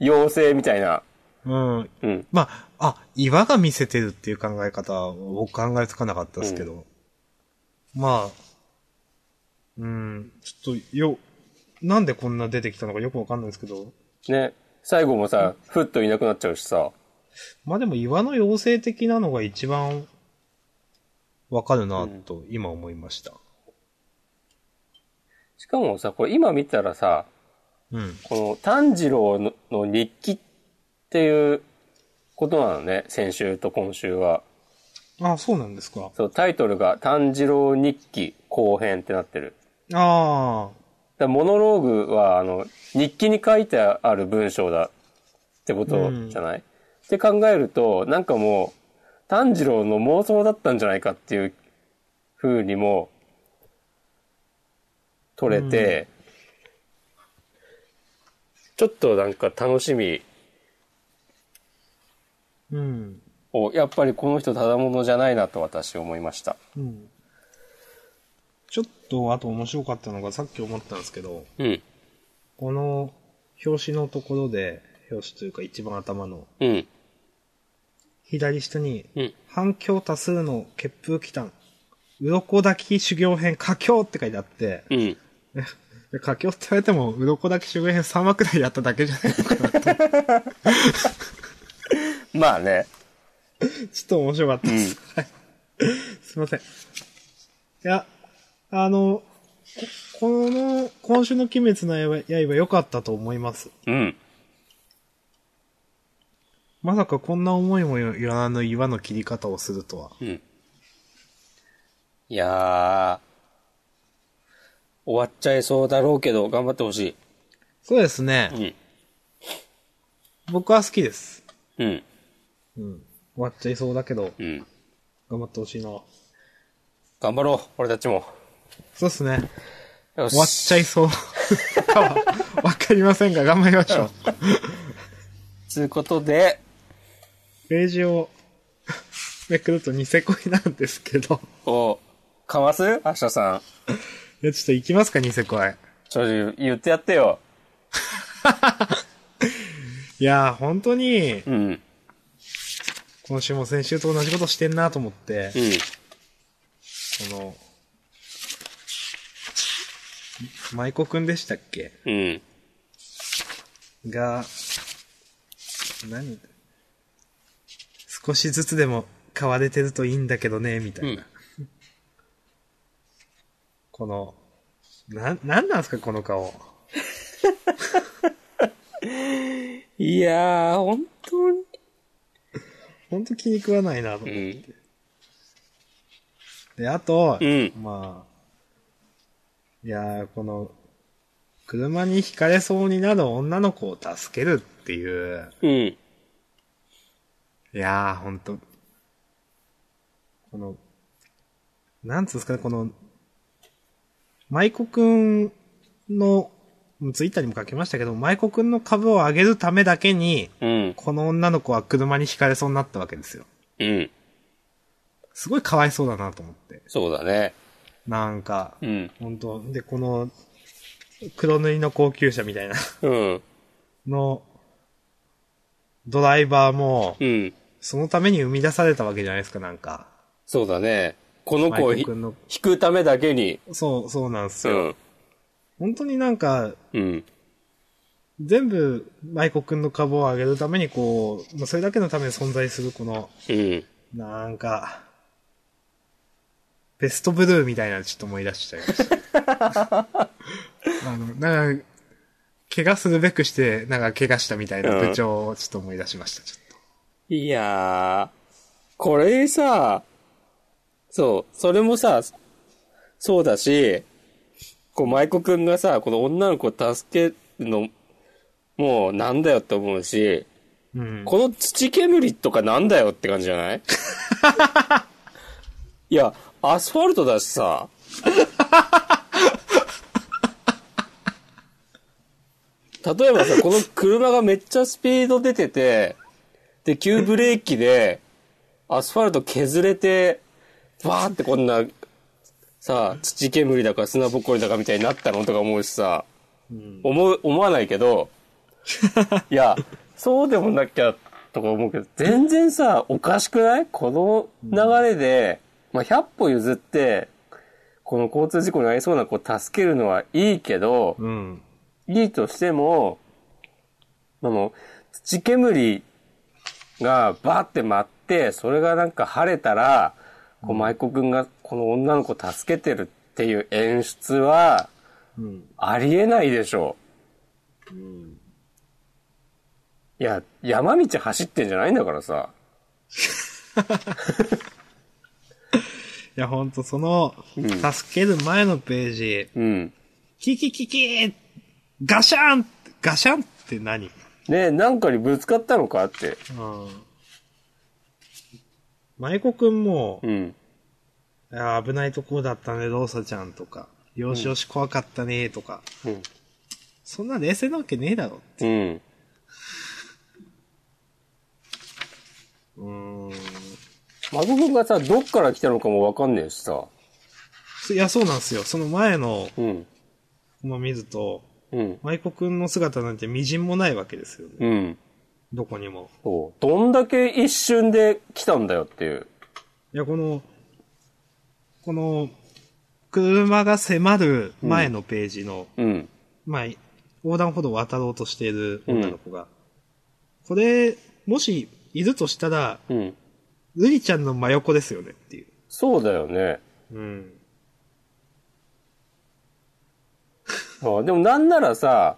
Speaker 1: 妖精みたいな。
Speaker 2: うん。
Speaker 1: うん。
Speaker 2: まあ、あ、岩が見せてるっていう考え方は、僕考えつかなかったですけど。まあ、うん、ちょっと、よ、なんでこんな出てきたのかよくわかんないですけど。
Speaker 1: ね。最後もさ、ふっといなくなっちゃうしさ。
Speaker 2: まあでも岩の妖精的なのが一番わかるなと今思いました。
Speaker 1: しかもさ、これ今見たらさ、
Speaker 2: うん。
Speaker 1: この炭治郎のの日記っていうことなのね。先週と今週は。
Speaker 2: あ、そうなんですか。
Speaker 1: そう、タイトルが炭治郎日記後編ってなってる。
Speaker 2: あ
Speaker 1: だ
Speaker 2: あ、
Speaker 1: からモノローグは、あの、日記に書いてある文章だってことじゃない、って考えると、なんかもう、炭治郎の妄想だったんじゃないかっていう風にも、取れて、ちょっとなんか楽しみ
Speaker 2: うん。
Speaker 1: を、やっぱりこの人ただものじゃないなと私思いました。
Speaker 2: うん。ちょっと、あと面白かったのがさっき思ったんですけど、
Speaker 1: うん。
Speaker 2: この表紙のところで、表紙というか一番頭の
Speaker 1: うん。
Speaker 2: 左下に、
Speaker 1: うん
Speaker 2: 反響多数の血風祈祷、鱗滝修行編佳境って書いてあって、
Speaker 1: うん。
Speaker 2: で佳境って言われても、鱗滝修行編3話くらいやっただけじゃない *laughs* のかなと
Speaker 1: まあね。
Speaker 2: ちょっと面白かったです。はい *laughs* すいません。いや、あの、ここの、今週の鬼滅の刃良かったと思います。
Speaker 1: うん。
Speaker 2: まさかこんな思いもよらぬ岩の切り方をするとは。
Speaker 1: うん。いやー、終わっちゃいそうだろうけど、頑張ってほし
Speaker 2: そうですね。
Speaker 1: い。
Speaker 2: 僕は好きです。
Speaker 1: うん。うん。
Speaker 2: うん。終わっちゃいそうだけど、
Speaker 1: うん。
Speaker 2: 頑張ってほしいな。
Speaker 1: 頑張ろう、俺たちも。
Speaker 2: そうですね。
Speaker 1: よし。
Speaker 2: 終わっちゃいそう。 *laughs* かはわかりませんが、頑張りましょう。
Speaker 1: つうことで、
Speaker 2: ページをめくるとニセ恋なんですけど。
Speaker 1: を、かます明日さん。
Speaker 2: いや、ちょっと行きますか、ニセ恋。
Speaker 1: ちょ、言ってやってよ。
Speaker 2: いやー、本当に、
Speaker 1: うん。うん。
Speaker 2: 今週も先週と同じことしてんなと思って、その、舞子くんでしたっけ
Speaker 1: うん。
Speaker 2: が、何少しずつでも買われてるといいんだけどね、みたいな。
Speaker 1: うん
Speaker 2: この、な、なんなんすか、この顔。
Speaker 1: いやー、本当に。
Speaker 2: ほんと気に食わないなと思
Speaker 1: う
Speaker 2: って。
Speaker 1: ん。
Speaker 2: で、あと、
Speaker 1: うん
Speaker 2: まあ、いやー、この、車にひかれそうになる女の子を助けるっていう、
Speaker 1: うん。
Speaker 2: いやー、ほんと。この、なんつうんですかね、この、舞子くんの、ツイッターにも書きましたけど、舞子くんの株を上げるためだけに、
Speaker 1: うん。
Speaker 2: この女の子は車にひかれそうになったわけですよ。
Speaker 1: うん。
Speaker 2: すごいかわいそうだなと思って。
Speaker 1: そうだね。
Speaker 2: なんか、
Speaker 1: うん。
Speaker 2: ほんと、で、この、黒塗りの高級車みたいな
Speaker 1: うん。
Speaker 2: の、ドライバーも、
Speaker 1: うん。
Speaker 2: そのために生み出されたわけじゃないですか、なんか。
Speaker 1: そうだね。この子を
Speaker 2: 舞
Speaker 1: ひ
Speaker 2: 子くんの
Speaker 1: 引くためだけに。
Speaker 2: そう、そうなんです
Speaker 1: う
Speaker 2: よ。
Speaker 1: ん。
Speaker 2: 本当になんか、
Speaker 1: うん。
Speaker 2: 全部、舞子くんの株を上げるために、こう、もうそれだけのために存在する、この、
Speaker 1: うん。
Speaker 2: なんか、ベストブルーみたいなのちょっと思い出しちゃいました。 *laughs* あの、なんか、怪我するべくして、なんか怪我したみたいな部長をちょっと思い出しました、ちょっと。
Speaker 1: いやー、これさ、そう、それもさ、そうだし、こう、舞子くんがさ、この女の子を助けるの、もうなんだよって思うし、
Speaker 2: うん。
Speaker 1: この土煙とかなんだよって感じじゃない
Speaker 2: *laughs*
Speaker 1: いや、アスファルトだしさ。例えばさ、この車がめっちゃスピード出てて、で、急ブレーキで、アスファルト削れて、バーってこんな、さ、土煙だか砂ぼっこりだかみたいになったのとか思うしさ、思う、思わないけど、いや、そうでもなきゃとか思うけど、全然さ、おかしくないこの流れで、まあ、100歩譲って、この交通事故に遭いそうな子を助けるのはいいけど、
Speaker 2: うん。
Speaker 1: いいとしても、あの、土煙がバーって舞って、それがなんか晴れたら、こう、舞子くんがこの女の子を助けてるっていう演出は、
Speaker 2: うん。
Speaker 1: ありえないでしょ
Speaker 2: うん。
Speaker 1: いや、山道走ってんじゃないんだからさ。
Speaker 2: いや、ほんと、その、
Speaker 1: うん
Speaker 2: 助ける前のページ、
Speaker 1: うん。
Speaker 2: キキキキーガシャンガシャンって何
Speaker 1: ねえ、なんかにぶつかったのかって。
Speaker 2: うん。舞子くんも、
Speaker 1: うん。
Speaker 2: いや危ないとこだったね、ローサちゃんとか、よしよし怖かったね、とか、
Speaker 1: うん。
Speaker 2: そんな冷静なわけねえだろ。
Speaker 1: うん。
Speaker 2: うーん。
Speaker 1: 孫くんがさ、どっから来たのかもわかんねえしさ。
Speaker 2: いや、そうなんですよ。その前の、
Speaker 1: うん。
Speaker 2: も見ると、
Speaker 1: うん。
Speaker 2: 舞子くんの姿なんて微塵もないわけですよね。
Speaker 1: うん。
Speaker 2: どこにも。
Speaker 1: そう。どんだけ一瞬で来たんだよっていう。
Speaker 2: いや、この、この、車が迫る前のページの、
Speaker 1: うん。
Speaker 2: まあ、横断歩道を渡ろうとしている女の子が、これ、もし、いるとしたら、
Speaker 1: うん。
Speaker 2: ルリちゃんの真横ですよねっていう。
Speaker 1: そうだよね。
Speaker 2: うん。
Speaker 1: あでもなんならさ、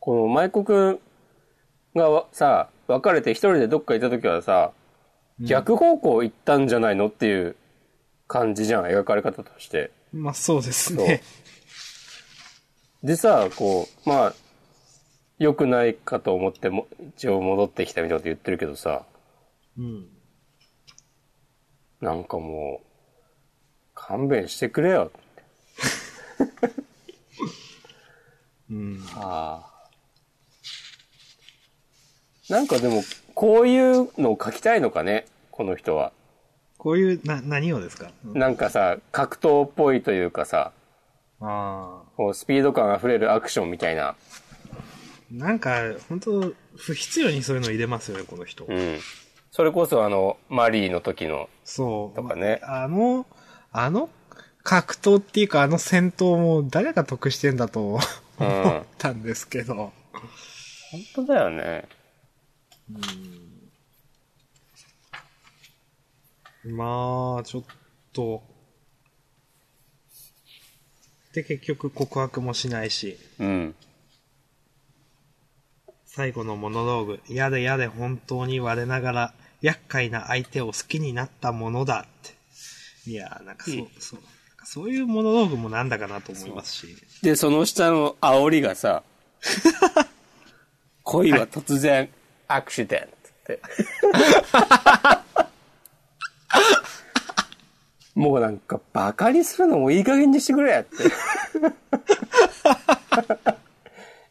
Speaker 1: この舞子くんがわさ、別れて一人でどっか行った時はさ、逆方向行ったんじゃないのっていう感じじゃん、描かれ方として。
Speaker 2: まあ、そうですね。
Speaker 1: でさ、こう、まあ、良くないかと思っても、一応戻ってきたみたいなこと言ってるけどさ、
Speaker 2: うん。
Speaker 1: なんかもう、勘弁してくれよ。
Speaker 2: うん。
Speaker 1: ああ。なんかでも、こういうのを書きたいのかね、この人は。
Speaker 2: こういう、な、何をですか、うん
Speaker 1: なんかさ、格闘っぽいというかさ、
Speaker 2: ああ。
Speaker 1: こうスピード感あふれるアクションみたいな。
Speaker 2: なんか、本当不必要にそういうの入れますよね、この人。
Speaker 1: うん。それこそあの、マリーの時の、
Speaker 2: そう。
Speaker 1: とかね
Speaker 2: あの、あの、格闘っていうか、あの戦闘も誰が得してんだと
Speaker 1: *laughs* うん。
Speaker 2: 思ったんですけど。
Speaker 1: 本当だよね。
Speaker 2: まあ、ちょっと。で、結局告白もしないし、
Speaker 1: うん。
Speaker 2: 最後のモノローグ、やれやれ本当に我ながら、厄介な相手を好きになったものだって。いやー、なんかそう、そう、なんかそういうモノローグもなんだかなと思いますし。
Speaker 1: で、その下の煽りが *laughs* さ、恋は突然、アクシデント *laughs* って。もうなんか、バカにするのもいい加減にしてくれって。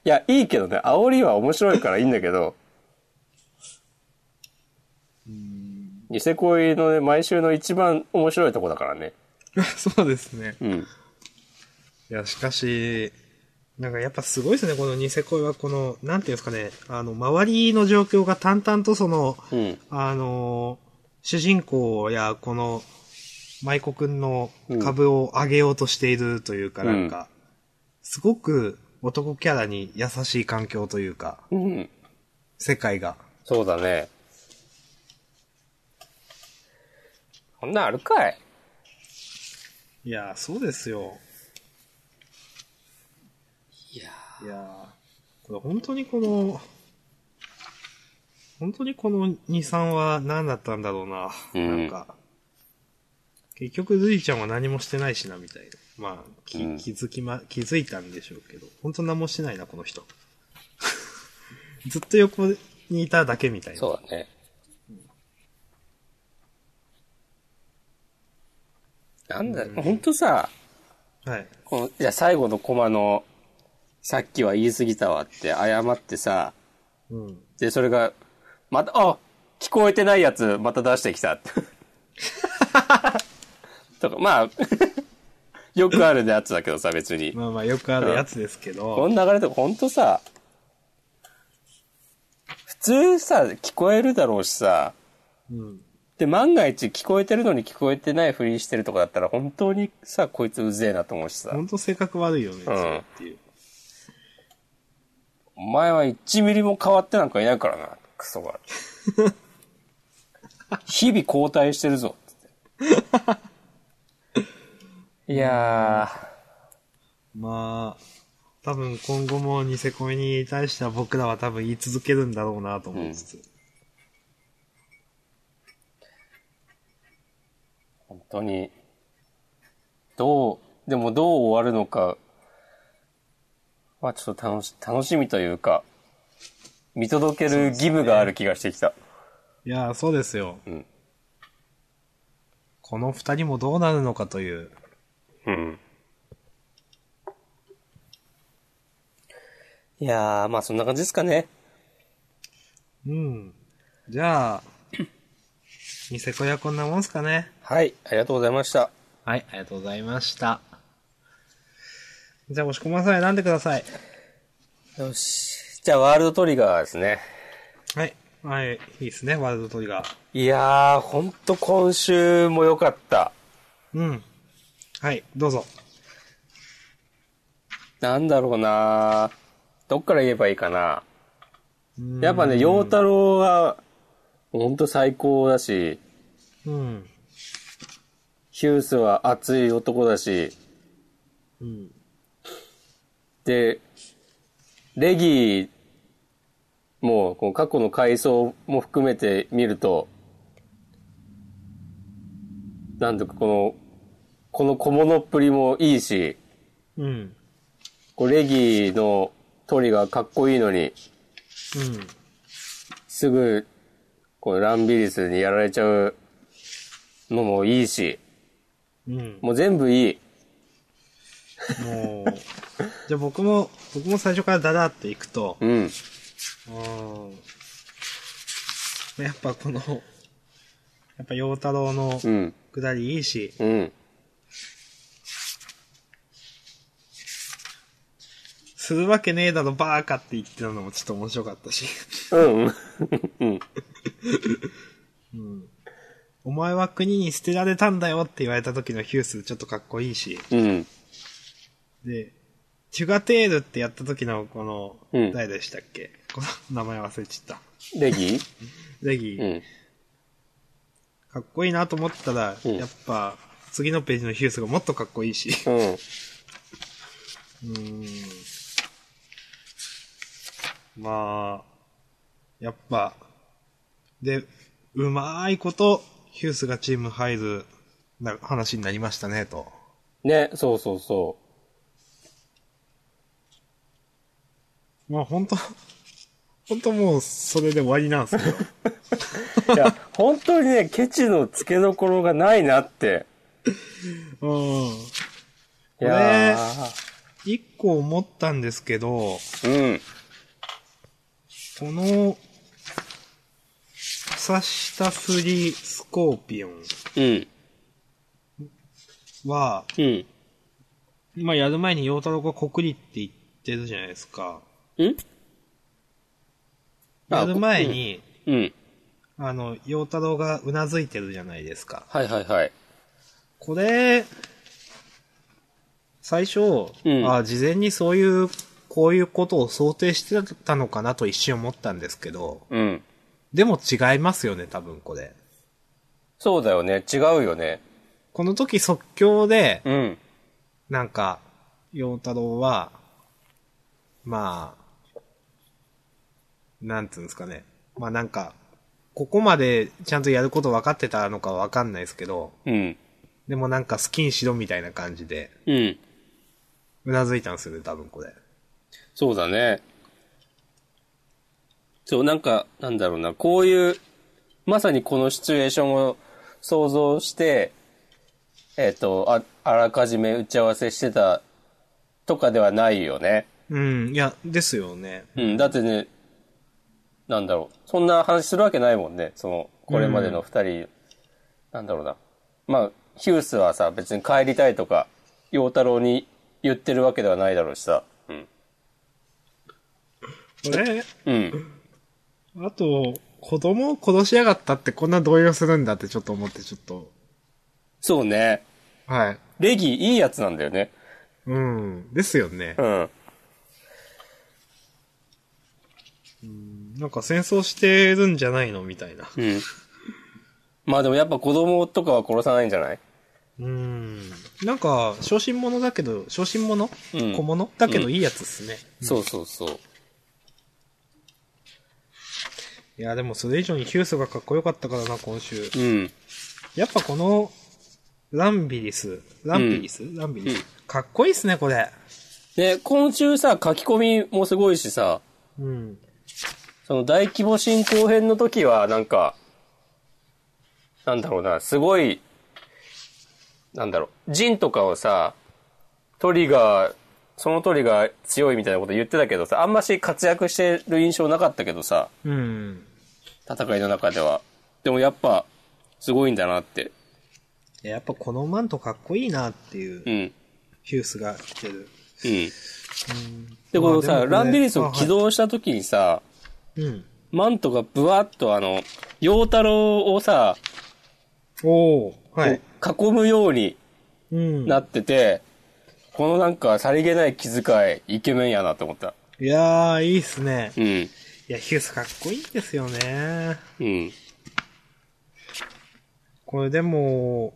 Speaker 1: いや、いいけどね、煽りは面白いからいいんだけど、ニセ恋のね、毎週の一番面白いとこだからね。
Speaker 2: *laughs* そうですね。
Speaker 1: うん。
Speaker 2: いや、しかし、なんかやっぱすごいですね、このニセ恋はこの、なんていうんですかね、あの、周りの状況が淡々とその、
Speaker 1: うん。
Speaker 2: あのー主人公や、この、舞子くんの株を上げようとしているというか、
Speaker 1: うん
Speaker 2: なんか、すごく男キャラに優しい環境というか、
Speaker 1: うん。
Speaker 2: 世界が。
Speaker 1: そうだね。こんなんあるかい
Speaker 2: いやー、そうですよ。
Speaker 1: いや
Speaker 2: いやーこれ本当にこの、本当にこの2、3は何だったんだろうな。
Speaker 1: うん
Speaker 2: なんか、結局ルイちゃんは何もしてないしな、みたいな。まあ、き
Speaker 1: うん
Speaker 2: 気づきま、気づいたんでしょうけど、本当何もしてないな、この人。 *laughs* ずっと横にいただけみたいな。
Speaker 1: そうだね。なんだ、ほんとさ、
Speaker 2: はい。
Speaker 1: この、じゃあ最後のコマの、さっきは言い過ぎたわって謝ってさ、
Speaker 2: うん。
Speaker 1: で、それが、また、あ聞こえてないやつ、また出してき *laughs* た。とか、まあ、 *laughs* よくあるやつだけどさ、別に。
Speaker 2: まあまあよくあるやつですけ
Speaker 1: こ
Speaker 2: ど。
Speaker 1: の流れとかほんとさ、普通さ、聞こえるだろうしさ、
Speaker 2: うん。
Speaker 1: で、万が一聞こえてるのに聞こえてないふりしてるとかだったら、本当にさ、こいつうぜえなと思うしさ
Speaker 2: ほ、んと性格悪いよね、そうっていう。
Speaker 1: お前は1ミリも変わってなんかいないからな、クソ *laughs* が。日々交代してるぞ、つって。いや
Speaker 2: まあ、多分今後もニセコミに対しては僕らは多分言い続けるんだろうなと思いつつ。
Speaker 1: ー、本当に、どう、でもどう終わるのか、まあちょっと楽し、楽しみというか、見届ける義務がある気がしてきた。
Speaker 2: いやー、そうですよ。
Speaker 1: うん
Speaker 2: この二人もどうなるのかという。
Speaker 1: うん。いやー、まあそんな感じですかね。
Speaker 2: うん。じゃあ、ニセコやこんなもんすかね。
Speaker 1: はい、ありがとうございました。
Speaker 2: はい、ありがとうございました。じゃあ、押し込まさん選んでください。
Speaker 1: よし。じゃあ、ワールドトリガーですね。
Speaker 2: はい。はい、いいですね、ワールドトリガー。
Speaker 1: いやー、ほんと今週も良かった。
Speaker 2: うん。はい、どうぞ。
Speaker 1: なんだろうなどっから言えばいいかな。
Speaker 2: うん
Speaker 1: やっぱね、陽太郎は、ほんと最高だし、
Speaker 2: うん。
Speaker 1: ヒュースは熱い男だし、
Speaker 2: うん。
Speaker 1: で、レギーも、こう過去の回想も含めて見ると、なんとかこの、この小物っぷりもいいし、
Speaker 2: うん。うん。
Speaker 1: こうレギーのトリがかっこいいのに、すぐ、こうランビリスにやられちゃうのもいいし、
Speaker 2: うん。
Speaker 1: もう全部いい。
Speaker 2: もう、じゃあ僕も、僕も最初からダダっていくと、
Speaker 1: うん。
Speaker 2: うん。やっぱこの、やっぱ陽太郎の
Speaker 1: うん。
Speaker 2: くだりいいし、
Speaker 1: うん。
Speaker 2: するわけねえだろバーカって言ってたのもちょっと面白かっ
Speaker 1: *laughs*
Speaker 2: たし、
Speaker 1: うん。うん。
Speaker 2: お前は国に捨てられたんだよって言われた時のヒュースちょっとかっこいいし、
Speaker 1: うん。
Speaker 2: で、チュガテールってやった時のこの、
Speaker 1: うん
Speaker 2: 誰でしたっけこの名前忘れちゃった。
Speaker 1: レギー
Speaker 2: レギ
Speaker 1: うん。
Speaker 2: かっこいいなと思ったら、
Speaker 1: うん
Speaker 2: やっぱ、次のページのヒュースがもっとかっこいいし。
Speaker 1: うん。
Speaker 2: うーん。まあ、やっぱ、で、うまいこと、ヒュースがチーム入るな話になりましたね、と。
Speaker 1: ね、そうそうそう。
Speaker 2: まあ本当本当もうそれで終わりなんですけど。
Speaker 1: いや、本当にね、ケチの付けどころがないなって。
Speaker 2: *laughs* うん。
Speaker 1: い
Speaker 2: これ
Speaker 1: や
Speaker 2: 一個思ったんですけど、
Speaker 1: ー
Speaker 2: この、草下フリスコーピオン
Speaker 1: うん。うん。
Speaker 2: は、
Speaker 1: うん。
Speaker 2: 今やる前に陽太郎が国立って言ってるじゃないですか。
Speaker 1: うんあ
Speaker 2: やる前に、
Speaker 1: うん。
Speaker 2: あの、陽太郎がうなずいてるじゃないですか。
Speaker 1: はいはいはい。
Speaker 2: これ、最初、
Speaker 1: うん
Speaker 2: あ事前にそういう、こういうことを想定してたのかなと一瞬思ったんですけど、
Speaker 1: うん。
Speaker 2: でも違いますよね、多分これ。
Speaker 1: そうだよね。違うよね。
Speaker 2: この時即興で、
Speaker 1: うん。
Speaker 2: なんか、陽太郎は、まあ、なんつうんですかね。まあなんか、ここまでちゃんとやること分かってたのか分かんないですけど、
Speaker 1: うん。
Speaker 2: でもなんか好きにしろみたいな感じで、
Speaker 1: うん。
Speaker 2: うなずいたんですよね、多分これ。
Speaker 1: そうだね。そう、なんか、なんだろうな。こういう、まさにこのシチュエーションを想像して、えっ、とあ、あらかじめ打ち合わせしてたとかではないよね。
Speaker 2: うん、いや、ですよね。
Speaker 1: うん、だってね、なんだろう。そんな話するわけないもんね。その、これまでの二人、なんだろうな。まあ、ヒュースはさ、別に帰りたいとか、陽太郎に言ってるわけではないだろうしさ。うん。
Speaker 2: これ、
Speaker 1: うん。
Speaker 2: あと、子供を殺しやがったってこんな動揺するんだってちょっと思って、ちょっと。
Speaker 1: そうね。
Speaker 2: はい。
Speaker 1: レギいいやつなんだよね。
Speaker 2: うん、ですよね。
Speaker 1: うん。
Speaker 2: なんか戦争してるんじゃないのみたいな。
Speaker 1: うん。まあでもやっぱ子供とかは殺さないんじゃない
Speaker 2: うん。なんか、小心者だけど、小心者
Speaker 1: うん
Speaker 2: 小物だけどいいやつっすね。
Speaker 1: そうそうそう。
Speaker 2: いや、でもそれ以上にヒュースがかっこよかったからな、今週。
Speaker 1: うん。
Speaker 2: やっぱこの、ランビリス。ランビリス、ランビリス、
Speaker 1: うん
Speaker 2: かっこいいっすね、これ。
Speaker 1: で、今週さ、書き込みもすごいしさ、
Speaker 2: うん。
Speaker 1: その大規模進行編の時は、なんか、なんだろうな、すごい、なんだろう、ジンとかをさ、トリガー、そのトリガー強いみたいなこと言ってたけどさ、あんまし活躍してる印象なかったけどさ、
Speaker 2: うん。
Speaker 1: 戦いの中では。でもやっぱ、すごいんだなって。
Speaker 2: いややっぱこのマントかっこいいなっていう、
Speaker 1: うん。
Speaker 2: ヒュースが来てる。
Speaker 1: うん。
Speaker 2: うん、
Speaker 1: で、この
Speaker 2: ま
Speaker 1: さ、
Speaker 2: あでもこれ
Speaker 1: ランビリスを起
Speaker 2: あ
Speaker 1: 動した時にさ、
Speaker 2: はいうん。
Speaker 1: マントがブワッとあの、陽太郎をさ、
Speaker 2: おー、はい。
Speaker 1: こう囲むように
Speaker 2: うん。
Speaker 1: なってて、このなんかさりげない気遣い、イケメンやなと思った。
Speaker 2: いやー、いいっすね。
Speaker 1: うん。
Speaker 2: いや、ヒュースかっこいいんですよね。
Speaker 1: うん。
Speaker 2: これでも、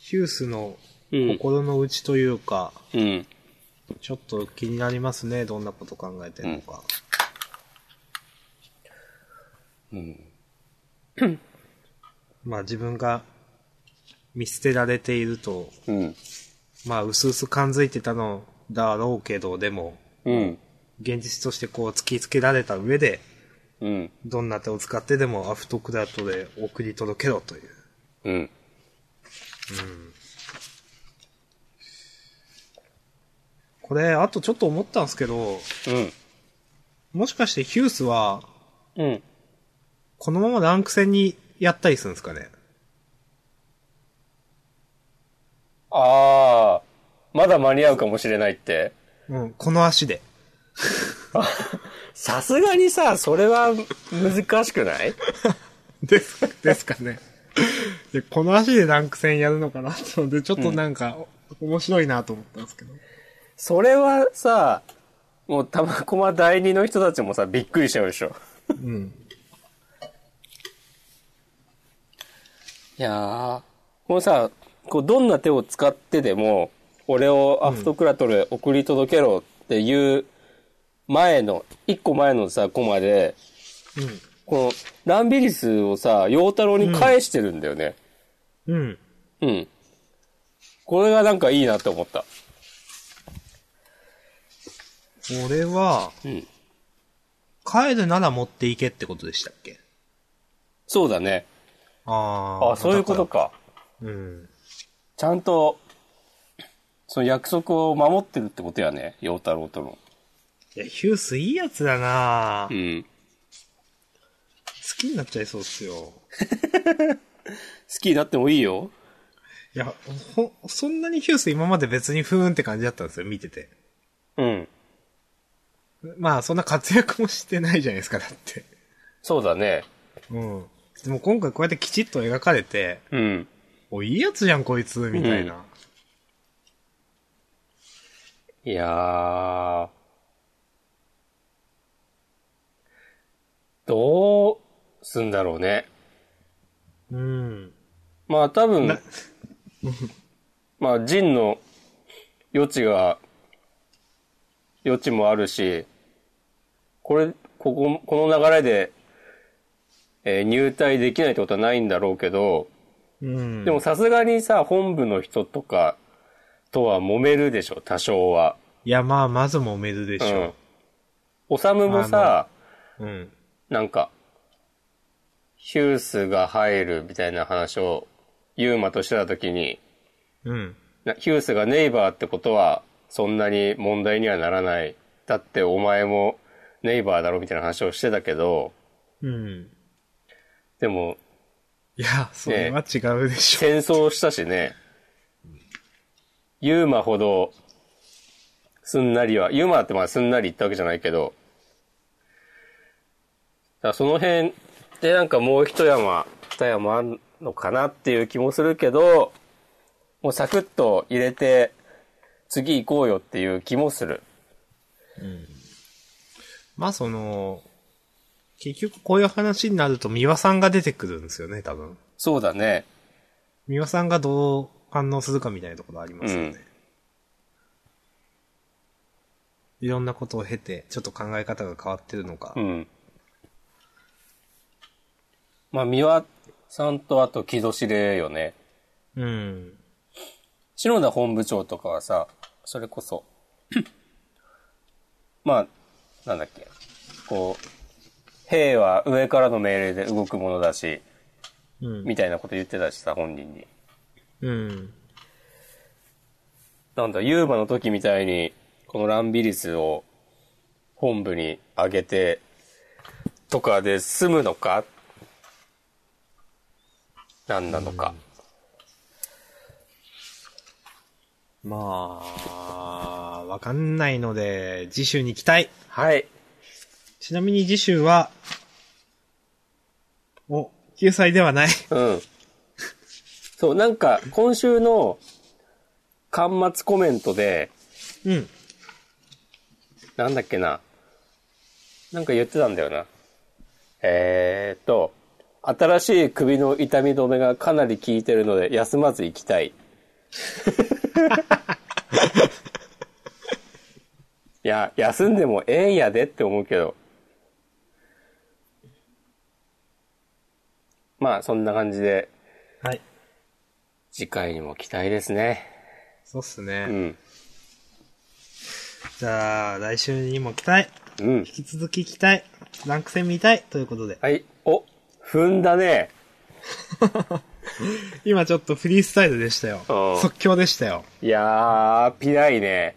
Speaker 2: ヒュースの
Speaker 1: うん。
Speaker 2: 心の内というか、
Speaker 1: うん。
Speaker 2: ちょっと気になりますね、どんなこと考えてるのか。 *coughs* まあ自分が見捨てられていると、
Speaker 1: うん。
Speaker 2: まあ薄々感づいてたのだろうけど、でも、
Speaker 1: うん。
Speaker 2: 現実としてこう突きつけられた上で、
Speaker 1: うん。
Speaker 2: どんな手を使ってでもアフトクラットで送り届けろという。
Speaker 1: うん。
Speaker 2: これ、あとちょっと思ったんですけど、
Speaker 1: うん。
Speaker 2: もしかしてヒュースは、
Speaker 1: うん。
Speaker 2: このままランク戦にやったりするんですかね
Speaker 1: ああ、まだ間に合うかもしれないって。
Speaker 2: うん、この足で。
Speaker 1: さすがにさ、それは難しくない
Speaker 2: *laughs* です、ですかね。で、この足でランク戦やるのかなってので、ちょっとなんか、お面白いなと思ったんですけど。
Speaker 1: それはさ、もう玉駒第二の人たちもさ、びっくりしちゃうでしょ。
Speaker 2: うん。
Speaker 1: いやーこのさ、こうどんな手を使ってでも、俺をアフトクラトルへ送り届けろっていう前の、一個前のさ、コマで、このランビリスをさ、陽太郎に返してるんだよね。
Speaker 2: うん。うん。
Speaker 1: うん。これがなんかいいなって思った。
Speaker 2: これは、
Speaker 1: うん。
Speaker 2: 帰るなら持っていけってことでしたっけ
Speaker 1: そうだね。
Speaker 2: あー
Speaker 1: あ、そういうこと。か。
Speaker 2: だらうん。
Speaker 1: ちゃんと、その約束を守ってるってことやね。陽太郎との。
Speaker 2: いや、ヒュースいいやつだなぁ
Speaker 1: うん。
Speaker 2: 好きになっちゃいそうっすよ。
Speaker 1: 好きになってもいいよ。
Speaker 2: いや、ほ、そんなにヒュース今まで別にふーんって感じだったんですよ、見てて。
Speaker 1: うん。
Speaker 2: まあ、そんな活躍もしてないじゃないですか、だって。
Speaker 1: そうだね。
Speaker 2: うん。でも今回こうやってきちっと描かれて、
Speaker 1: うん。
Speaker 2: お、いいやつじゃん、こいつ、みたいな。
Speaker 1: いやー。どうすんだろうね。
Speaker 2: うん。
Speaker 1: まあ多分
Speaker 2: な、
Speaker 1: *laughs* まあジンの余地が、余地もあるし、これ、ここ、この流れで、えー入隊できないってことはないんだろうけど、
Speaker 2: うん。
Speaker 1: でも、さすがにさ、本部の人とかとは揉めるでしょ、多少は。
Speaker 2: いや、まあ、まずもめるでし
Speaker 1: うん
Speaker 2: ょ。。
Speaker 1: おさむもさ、
Speaker 2: う。うん。
Speaker 1: なんか、ヒュースが入るみたいな話を、ユーマとしてた時に、
Speaker 2: うん。
Speaker 1: なヒュースがネイバーってことは、そんなに問題にはならない。だってお前もネイバーだろみたいな話をしてたけど、
Speaker 2: うん。
Speaker 1: でも
Speaker 2: いや、それは違うでし
Speaker 1: *laughs*
Speaker 2: ょ。
Speaker 1: 戦争したしね、ユーマほどすんなりは、ユーマってまあすんなり言ったわけじゃないけど、だからその辺でなんかもう一山、二山あるのかなっていう気もするけど、もうサクッと入れて、次行こうよっていう気もする。
Speaker 2: まあその、結局こういう話になると三輪さんが出てくるんですよね、多分。
Speaker 1: そうだね。
Speaker 2: 三輪さんがどう反応するかみたいなところありますよね。
Speaker 1: うん
Speaker 2: いろんなことを経て、ちょっと考え方が変わってるのか。
Speaker 1: うん。まあ、三輪さんとあと木戸司令よね。
Speaker 2: うん。
Speaker 1: 篠田本部長とかはさ、それこそ、 *clears throat* まあ、なんだっけ、こう、兵は上からの命令で動くものだし、
Speaker 2: うん。
Speaker 1: みたいなこと言ってたしさ、本人に。
Speaker 2: うん。
Speaker 1: なんだ、ユーマの時みたいに、このランビリスを本部に上げて、とかで済むのかなんなのか。
Speaker 2: まあ、わかんないので、次週に期待
Speaker 1: はい。
Speaker 2: ちなみに次週は、お、救済ではない。
Speaker 1: うん。そう、なんか、今週の、端末コメントで、
Speaker 2: うん。
Speaker 1: なんだっけな。なんか言ってたんだよな。えーっと、新しい首の痛み止めがかなり効いてるので、休まず行きたい。いや、休んでもええんやでって思うけど。まあ、そんな感じで、
Speaker 2: はい。
Speaker 1: 次回にも期待ですね。
Speaker 2: そうっすね。
Speaker 1: うん。
Speaker 2: じゃあ、来週にも期待。
Speaker 1: うん。
Speaker 2: 引き続き期待。ランク戦見たい。ということで。
Speaker 1: はい。お、踏んだね。
Speaker 2: 今ちょっとフリースタイルでしたよ。
Speaker 1: うん
Speaker 2: 即興でしたよ。
Speaker 1: いやー、ピライ *laughs* ね。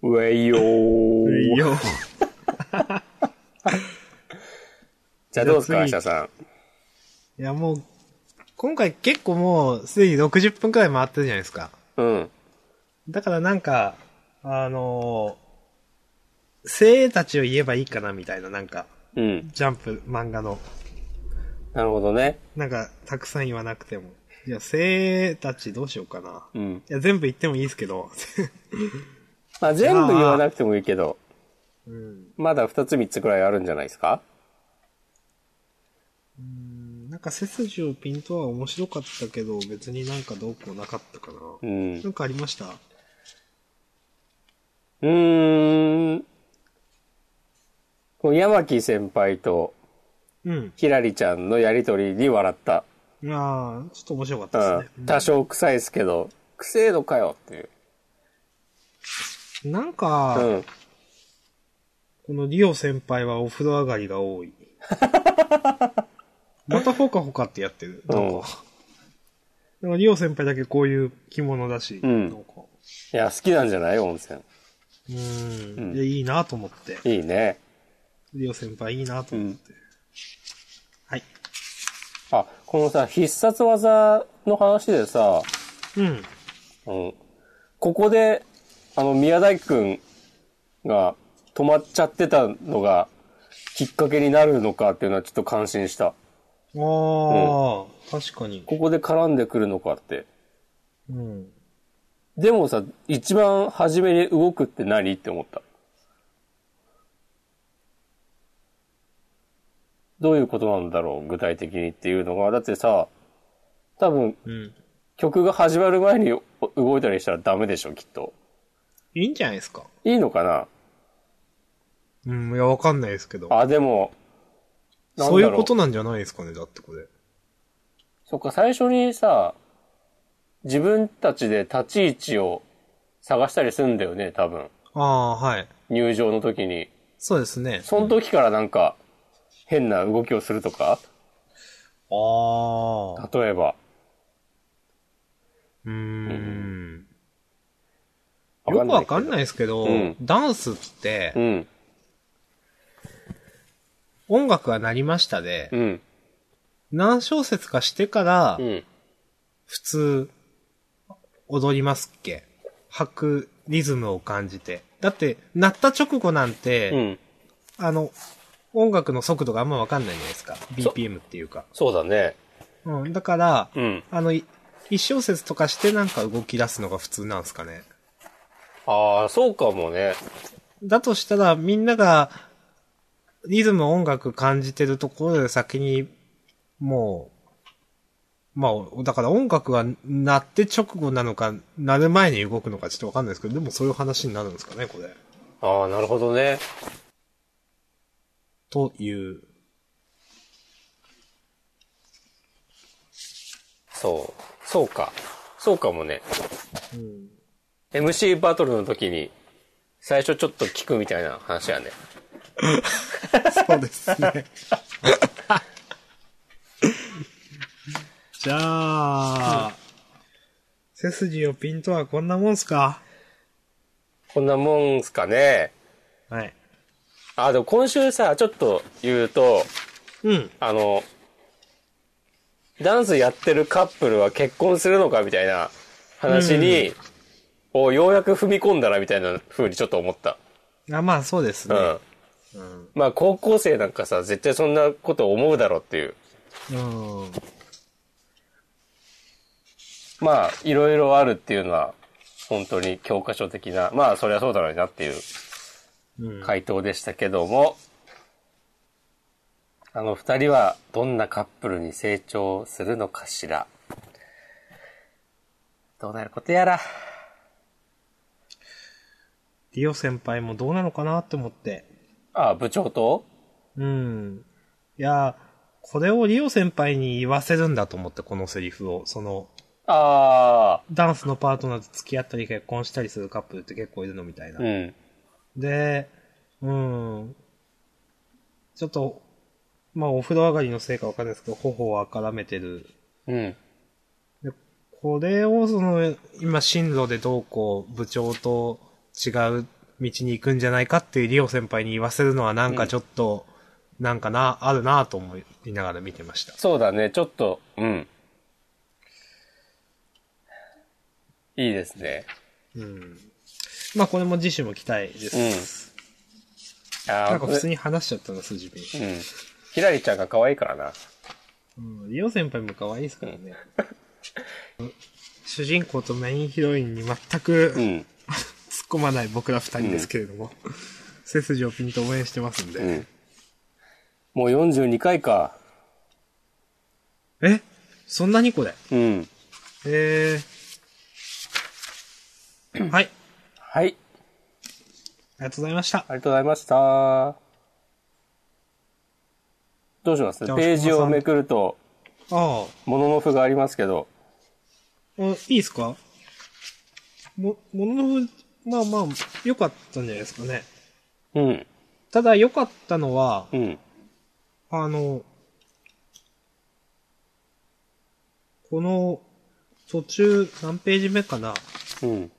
Speaker 1: ウェイヨ
Speaker 2: いい
Speaker 1: ー。
Speaker 2: よ。
Speaker 1: じゃあどうです
Speaker 2: じ
Speaker 1: か、
Speaker 2: ゃあ
Speaker 1: 明
Speaker 2: 次
Speaker 1: 日さん。
Speaker 2: いや、もう、今回結構もう、すでに60分くらい回ってるじゃないですか。
Speaker 1: うん。
Speaker 2: だからなんか、あのー、精鋭たちを言えばいいかなみたいな、なんか、
Speaker 1: うん。
Speaker 2: ジャンプ漫画の、
Speaker 1: なるほどね。
Speaker 2: なんか、たくさん言わなくても。いや、精鋭たちどうしようかな。
Speaker 1: うん。
Speaker 2: いや、全部言ってもいいですけど。 *laughs*
Speaker 1: まあ全部言わなくてもいいけど、
Speaker 2: うん。
Speaker 1: まだ2つ3つくらいあるんじゃないですか
Speaker 2: なんか、背筋をピントは面白かったけど、別になんかどうこうなかったかな。
Speaker 1: うん。
Speaker 2: な
Speaker 1: うん
Speaker 2: かありました
Speaker 1: ーん。この山木先輩と
Speaker 2: うん。
Speaker 1: ひらりちゃんのやりとりに笑った。
Speaker 2: ああ、ちょっと面白かっ
Speaker 1: う
Speaker 2: たですね。
Speaker 1: ん。多少臭いですけど、くせえのかよっていう。
Speaker 2: なん
Speaker 1: う
Speaker 2: か、
Speaker 1: ん。
Speaker 2: このリオ先輩はお風呂上がりが
Speaker 1: *laughs*
Speaker 2: 多い。またほかほかってやってる。
Speaker 1: うん。
Speaker 2: なんかリオ先輩だけこういう着物だし、
Speaker 1: うん
Speaker 2: なんか。
Speaker 1: いや、好きなんじゃない温泉。
Speaker 2: うー。
Speaker 1: うんん
Speaker 2: いや、いいなと思って。
Speaker 1: いいね。
Speaker 2: リオ先輩いいなと思って。はい。
Speaker 1: あ、このさ、必殺技の話でさ、
Speaker 2: うん。
Speaker 1: うん、ここで、あの、宮大君が止まっちゃってたのが、きっかけになるのかっていうのはちょっと感心した。
Speaker 2: ああ、確かに。
Speaker 1: ここで絡んでくるのかって。
Speaker 2: うん。
Speaker 1: でもさ、一番初めに動くって何って思った。どういうことなんだろう具体的にっていうのが。だってさ、多分、
Speaker 2: うん。
Speaker 1: 曲が始まる前にお動いたりしたらダメでしょ、きっと。
Speaker 2: いいんじゃないですか。
Speaker 1: いいのかな
Speaker 2: うん、いや、わかんないですけど。
Speaker 1: あ、でも、なんだろ
Speaker 2: そういうことなんじゃないですかね、だってこれ。
Speaker 1: そっか、最初にさ、自分たちで立ち位置を探したりするんだよね、多分。
Speaker 2: ああ、はい。
Speaker 1: 入場の時に。
Speaker 2: そうですね。
Speaker 1: その時からなんか、変な動きをするとか
Speaker 2: ああ。
Speaker 1: 例えば。
Speaker 2: うーん。よくわか
Speaker 1: ん
Speaker 2: んないですけど、
Speaker 1: うん
Speaker 2: ダンスって
Speaker 1: な、い。うん。
Speaker 2: 音楽が鳴りましたで、
Speaker 1: うん。
Speaker 2: 何小節かしてから
Speaker 1: う、ん。
Speaker 2: 普通、踊りますっけ吐くリズムを感じて。だって、鳴った直後なんて、
Speaker 1: うん。
Speaker 2: あの、音楽の速度があんまわかんないじゃないですか。BPM っていうか。
Speaker 1: そうだね。
Speaker 2: うん、だから、
Speaker 1: うん。
Speaker 2: あの、い一小節とかしてなんか動き出すのが普通なんですかね。
Speaker 1: ああ、そうかもね。
Speaker 2: だとしたら、みんなが、リズム音楽感じてるところで先に、もう、まあ、だから音楽が鳴って直後なのか、鳴る前に動くのかちょっとわかんないですけど、でもそういう話になるんですかね、これ。
Speaker 1: ああ、なるほどね。
Speaker 2: という。
Speaker 1: そう。そうか。そうかもね。
Speaker 2: うん。
Speaker 1: MC バトルの時に、最初ちょっと聞くみたいな話やね。
Speaker 2: そうですね。 *laughs* じゃあ、背筋をピンとはこんなもんすか
Speaker 1: こんなもんすかね。
Speaker 2: はい。
Speaker 1: あ、でも今週さ、ちょっと言うと、
Speaker 2: うん。
Speaker 1: あの、ダンスやってるカップルは結婚するのかみたいな話に、をようやく踏み込んだらみたいな風にちょっと思った。
Speaker 2: あまあ、そうです
Speaker 1: うん。
Speaker 2: ね。うん。
Speaker 1: まあ高校生なんかさ、絶対そんなこと思うだろうっていう。
Speaker 2: うん。
Speaker 1: まあ、いろいろあるっていうのは、本当に教科書的な、まあそりゃそうだろうなっていう
Speaker 2: うん
Speaker 1: 回答でしたけども、あの二人はどんなカップルに成長するのかしら。どうなることやら。
Speaker 2: ディオ先輩もどうなのかなって思って。
Speaker 1: ああ、部長と
Speaker 2: うん。いや、これをリオ先輩に言わせるんだと思って、このセリフを。その、
Speaker 1: あ
Speaker 2: ダンスのパートナーと付き合ったり結婚したりするカップルって結構いるのみたいな
Speaker 1: あ、う。ん。
Speaker 2: で、うん。ちょっと、まあお風呂上がりのせいかわかんないですけど、頬をあからめてる。
Speaker 1: うん。
Speaker 2: で、これをその、今進路でどうこう、部長と違う道に行くんじゃないかっていうリオ先輩に言わせるのはなんかちょっと、なんかな、あるなと思いながら見てました。
Speaker 1: そうだね、ちょっと、うん。いいですね。
Speaker 2: うん。まあこれも次週も期待で
Speaker 1: うん
Speaker 2: す。。
Speaker 1: あ
Speaker 2: な
Speaker 1: あ、
Speaker 2: んか
Speaker 1: こ
Speaker 2: 普
Speaker 1: れ
Speaker 2: 通に話しちゃったな、筋に。
Speaker 1: うん。ひらりちゃんが可愛いからな。
Speaker 2: うん、リオ先輩も可愛いですからね。主人公とメインヒロインに全く
Speaker 1: う
Speaker 2: 突っ
Speaker 1: ん。
Speaker 2: 込まない僕ら二人ですけれども、背筋をピンと応援してますんで。
Speaker 1: うん。もう42回か。
Speaker 2: えそんなにこれ
Speaker 1: うん。
Speaker 2: えー、 *clears throat* はい。
Speaker 1: はい。
Speaker 2: ありがとうございました。
Speaker 1: ありがとうございました。どうします
Speaker 2: じゃあ
Speaker 1: ページ
Speaker 2: 押島
Speaker 1: を
Speaker 2: さん
Speaker 1: めくると、
Speaker 2: ああ、
Speaker 1: もののふがありますけど。
Speaker 2: あいいですかも、もののふ、まあまあ、良かったんじゃないですかね。
Speaker 1: うん。
Speaker 2: ただ良かったのは、
Speaker 1: うん。
Speaker 2: あの、この、途中、何ページ目かな
Speaker 1: うん。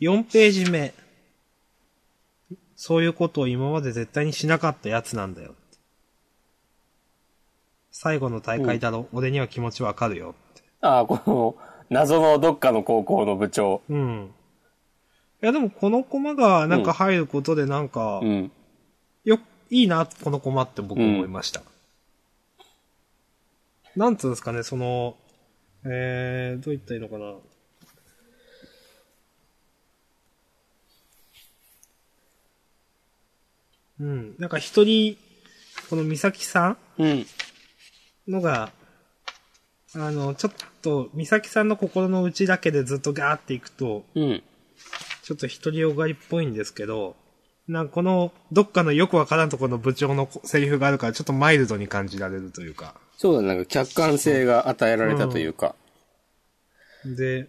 Speaker 2: ?4 ページ目。そういうことを今まで絶対にしなかったやつなんだよ。最後の大会だろ、俺には気持ちわかるよって。
Speaker 1: ああ、この、謎のどっかの高校の部長。
Speaker 2: うん。いやでもこのコマがなんか入ることでなんか、
Speaker 1: うん。
Speaker 2: よ、いいな、このコマって僕思いました。なんつうんですかね、その、えー、どう言ったらいいのかな。うん。なんか一人、この美咲さ
Speaker 1: うん。
Speaker 2: んのが、あの、ちょっと、美咲さんの心の内だけでずっとガーっていくと、
Speaker 1: うん。
Speaker 2: ちょっと独りよがりっぽいんですけど、なんかこの、どっかのよくわからんところの部長のセリフがあるから、ちょっとマイルドに感じられるというか。
Speaker 1: そうだね、なんか客観性が与えられたというか。
Speaker 2: で、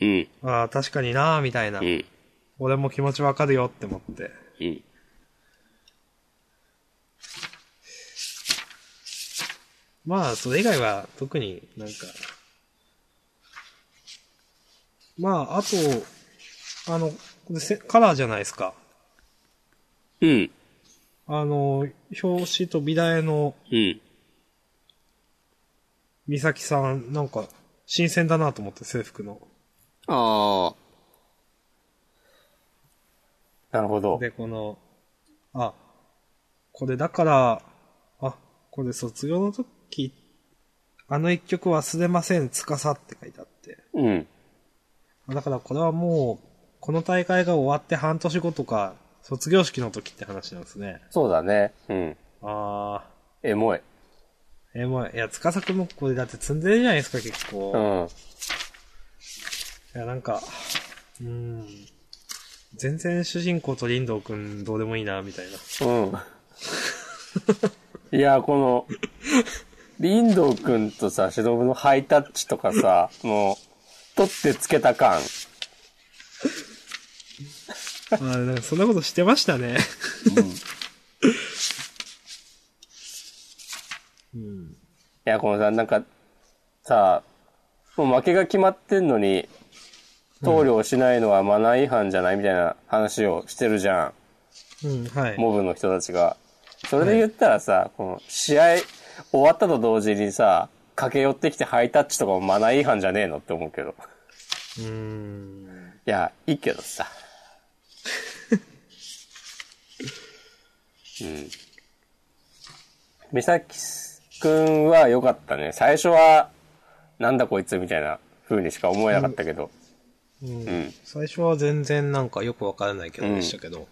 Speaker 1: うん。
Speaker 2: ああ、確かになーみたいな。
Speaker 1: うん。
Speaker 2: 俺も気持ちわかるよって思って。
Speaker 1: うん。
Speaker 2: まあ、それ以外は特になんか、まあ、あと、あの、せカラーじゃないですか。
Speaker 1: うん。
Speaker 2: あの、表紙とビラ絵の
Speaker 1: うん。
Speaker 2: 美咲さん、なんか、新鮮だなと思って、制服の。
Speaker 1: ああ。
Speaker 6: なるほど。
Speaker 2: で、この、あ、これだから、あ、これ卒業の時、あの一曲忘れません、つかさって書いてあって。
Speaker 1: うん。
Speaker 2: だからこれはもう、この大会が終わって半年後とか、卒業式の時って話なんですね。
Speaker 1: そうだね。うん。
Speaker 2: あ
Speaker 1: エモい。
Speaker 2: ー、え、もう、いや、つかさくんもこれだって積んでるじゃないですか、結構。
Speaker 1: うん。
Speaker 2: いや、なんか、うーん。全然主人公と林道くんどうでもいいな、みたい
Speaker 1: *laughs*
Speaker 2: な。
Speaker 1: うん。いや、この、林道くんとさ、忍のハイタッチとかさ、もう、取ってつけた感。
Speaker 2: あーなんかそんなことしてまし
Speaker 1: *laughs*
Speaker 2: たね。うん。
Speaker 1: いや、このさ、なんか、さ、もう負けが決まってんのに、投了しないのはマナー違反じゃないみたいな話をしてるじゃん。
Speaker 2: うん、はい。
Speaker 1: モブの人たちが。それで言ったらさ、この試合終わったと同時にさ、駆け寄ってきてハイタッチとかもマナー違反じゃねえのって思うけど。
Speaker 2: うーん。
Speaker 1: いや、いいけど *laughs* さ。うん。美咲くんは良かったね。最初は、なんだこいつみたいな風にしか思えなかったけど。
Speaker 2: うん
Speaker 1: ん
Speaker 2: 最初は全然なんかよくわからないけどでしたけど。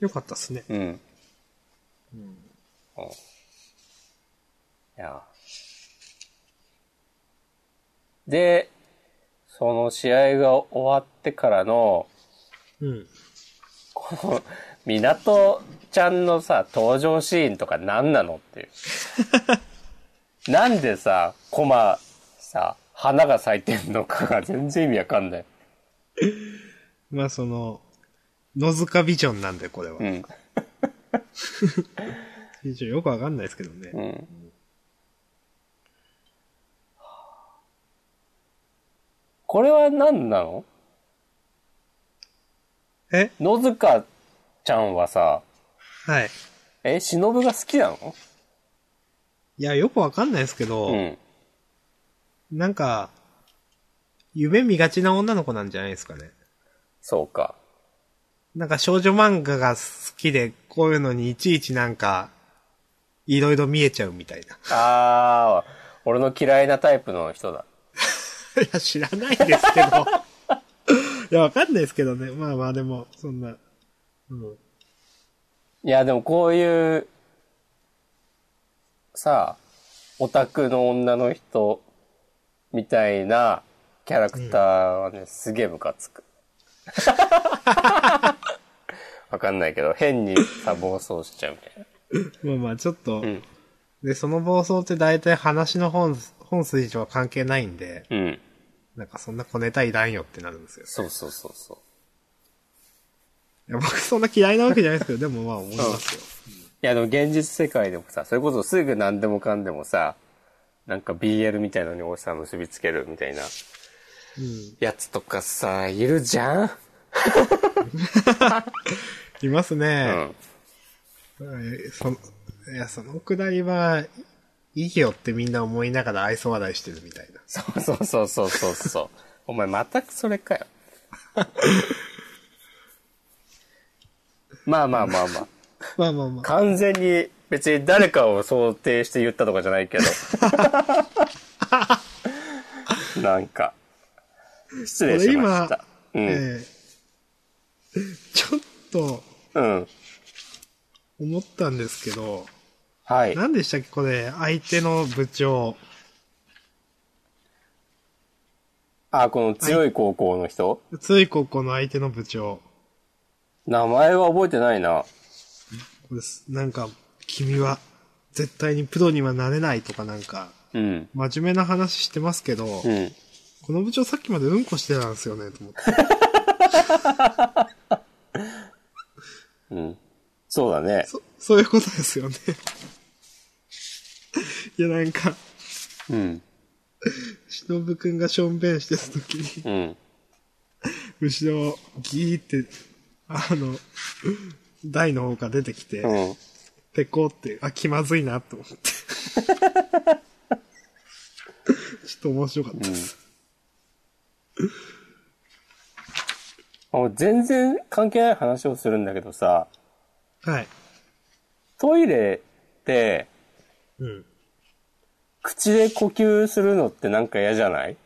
Speaker 2: よかったっすね。
Speaker 1: うん。うん、いや。で、その試合が終わってからの、
Speaker 2: うん。
Speaker 1: この、港ちゃんのさ、登場シーンとか何なのって *laughs* いう。なんでさ、コマ、さ、花が咲いてんのかが全然意味わかんない。
Speaker 2: まあその、野塚ビジョンなんで、これは
Speaker 1: う。ん。
Speaker 2: ビジョンよくわかんないですけどね。
Speaker 1: うん。これは何なの
Speaker 2: え
Speaker 1: 野塚ちゃんはさ、
Speaker 2: はい。
Speaker 1: え、忍が好きなの
Speaker 2: いや、よくわかんないですけど、
Speaker 1: うん。
Speaker 2: なんか、夢見がちな女の子なんじゃないですかね。
Speaker 1: そうか。
Speaker 2: なんか少女漫画が好きで、こういうのにいちいちなんか、いろいろ見えちゃうみたいな。 *laughs*
Speaker 1: あー、俺の嫌いなタイプの人だ。
Speaker 2: いや、知らな
Speaker 1: *laughs*
Speaker 2: いですけど。いや、わかんないですけどね。まあまあ、でも、そんな。うん。
Speaker 1: いや、でもこういう、さあ、オタクの女の人みたいなキャラクターはね、すげえムカつく。わかんないけど、変にさ、暴走しちゃうみたい
Speaker 2: まあまあ、ちょっと、
Speaker 1: ん
Speaker 2: で、その暴走って大体話の本、本筋とは関係ないんで、
Speaker 1: な。うん。
Speaker 2: なんかそんな小ネタいらんよってなるんですよ。
Speaker 1: そうそうそうそう。
Speaker 2: いや、僕そんな嫌いなわけじゃないですけど、でもまあ思いますよ。
Speaker 1: いや、でも現実世界でもさ、それこそすぐ何でもかんでもさ、なんか BL みたいのにおさ結びつけるみたいな
Speaker 2: うん。
Speaker 1: やつとかさ、いるじゃん
Speaker 2: います
Speaker 1: う
Speaker 2: ね。
Speaker 1: ん。
Speaker 2: えその、いや、そのくだりは、いいよってみんな思いながら愛想笑いしてるみたいな。
Speaker 1: そうそうそうそうそうそう。お前またそれかよ。まあまあまあまあ。
Speaker 2: まあまあまあ。
Speaker 1: 完全に別に誰かを想定して言ったとかじゃない
Speaker 2: *laughs*
Speaker 1: けど。なんか。失礼しました。うん。
Speaker 2: ええちょっと、
Speaker 1: うん。
Speaker 2: 思ったんですけど、
Speaker 1: はい。
Speaker 2: 何でしたっけこれ、相手の部長。
Speaker 1: あ、この強い高校の人、
Speaker 2: ついここの相手の部長。
Speaker 1: 名前は覚えてないな。
Speaker 2: これすなんか、君は、絶対にプロにはなれないとかなんか、
Speaker 1: うん。
Speaker 2: 真面目な話してますけど、
Speaker 1: うん。
Speaker 2: この部長さっきまでうんこしてたんですよね、と思って。
Speaker 1: うん。そうだね。
Speaker 2: そ、そういうことですよね。 *laughs* いや、なんか、
Speaker 1: うん。
Speaker 2: しのぶくんがしょんべんしてた時
Speaker 1: う
Speaker 2: に、
Speaker 1: ん。
Speaker 2: 後ろ、ギーって、あの、台の方から出てきて、
Speaker 1: うん。
Speaker 2: ペコって、あ、気まずいなと思って。 *laughs* ちょっと面白かったです。
Speaker 1: あの全然関係ない話をするんだけどさ、
Speaker 2: はい。
Speaker 1: トイレって、
Speaker 2: うん。
Speaker 1: 口で呼吸するのってなんか嫌じゃない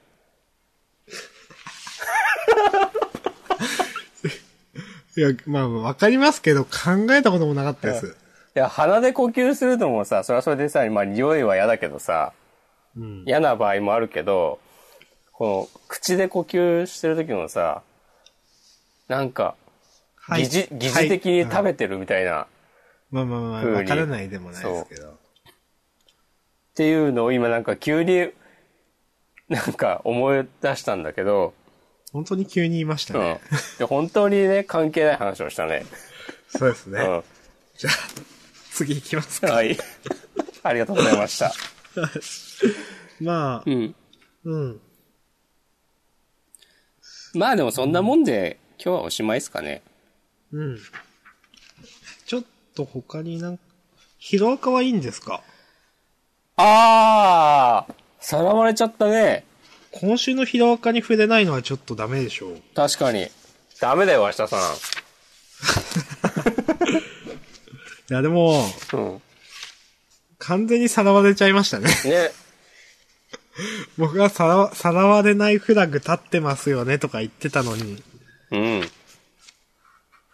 Speaker 2: いや、まあ、わかりますけど、考えたこともなかったです。
Speaker 1: いや、鼻で呼吸するのもさ、それはそれでさ、まあ、匂いは嫌だけどさ、
Speaker 2: うん。
Speaker 1: 嫌な場合もあるけど、この、口で呼吸してる時のさ、なんか、
Speaker 2: は
Speaker 1: 疑
Speaker 2: い
Speaker 1: 似、疑似的に食
Speaker 2: はい
Speaker 1: べてるみたいな、っ
Speaker 2: まあまあまあ、
Speaker 1: 風に
Speaker 2: わからないでもないですけど。
Speaker 1: ていうのを今なんか急に、なんか思い出したんだけど、
Speaker 2: 本当に急に言いました
Speaker 1: うん
Speaker 2: ね。。
Speaker 1: で、本当にね、関係ない話をしたね。
Speaker 2: そうです *laughs* ね。
Speaker 1: うん。
Speaker 2: じゃあ、次行きますか。 *laughs*
Speaker 1: はい。ありがとうございました。
Speaker 2: まあ
Speaker 1: う、ん。
Speaker 2: うん。
Speaker 1: まあでもそんなもんで、今日はおしまいですかね。
Speaker 2: うん。ちょっと他になんか、ヒロアカはいいんですか
Speaker 1: あーさらわれちゃったね。
Speaker 2: 今週のヒロアカに触れないのはちょっとダメでしょう。
Speaker 1: 確かに。ダメだよ、明日さ
Speaker 2: いや、でも、
Speaker 1: ん。うん。
Speaker 2: 完全にさらわれちゃいましたね。 *laughs*
Speaker 1: ね。
Speaker 2: 僕がさらわ、さらわれないフラグ立ってますよねとか言ってたのに。
Speaker 1: うん。